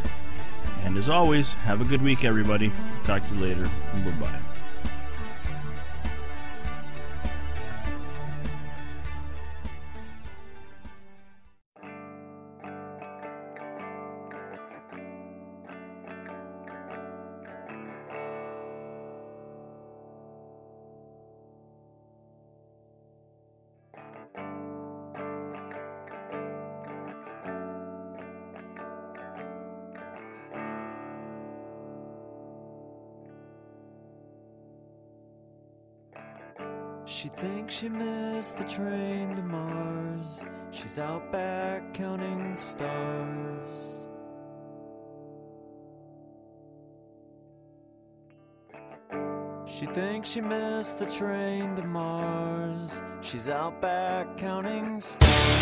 And as always, have a good week, everybody. Talk to you later. Bye bye.
She thinks she missed the train to Mars. She's out back counting stars. She thinks she missed the train to Mars. She's out back counting stars.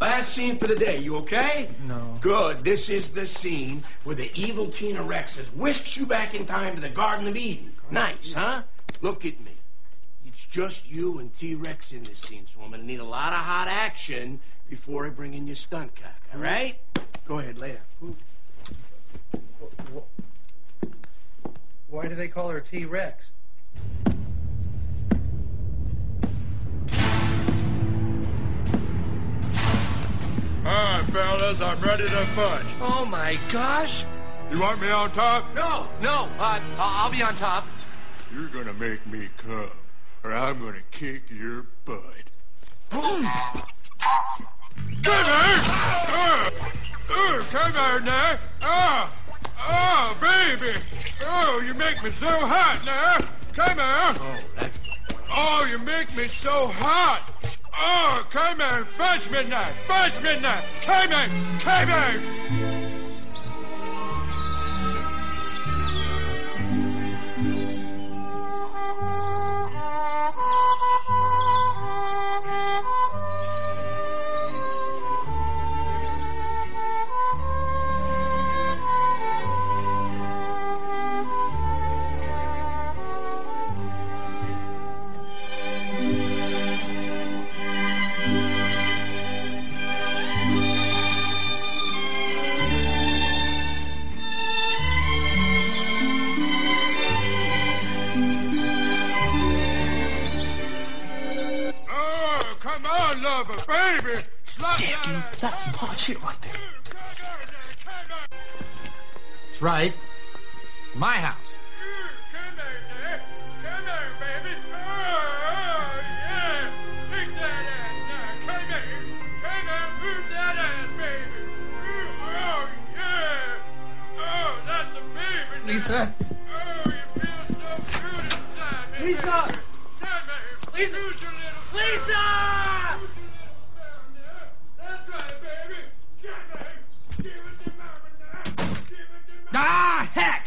Last scene for the day. You okay? No. Good. This is the scene where the evil Tina Rexes whisks you back in time to the Garden of Eden. Nice, huh? Look at me. It's just you and T Rex in this scene, so I'm gonna need a lot of hot action before I bring in your stunt cock. All right? Go ahead, lay down.
Why do they call her T Rex?
All right, fellas, I'm ready to fudge. Oh my gosh! You want me on top? No, no. Uh, I'll be on top. You're gonna make me come, or I'm gonna kick your butt. come here! Uh, uh, come here now! Oh, oh, baby! Oh, you make me so hot now! Come here! Oh, that's Oh, you make me so hot! Oh, come here! Fudge midnight! Fudge midnight! Come here! Come here! Oh, come on, lover, baby! Slap that
dude, that's some hot shit right there. That's right. It's my house.
Lisa.
Lisa! Lisa! Lisa!
Ah, heck!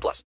plus.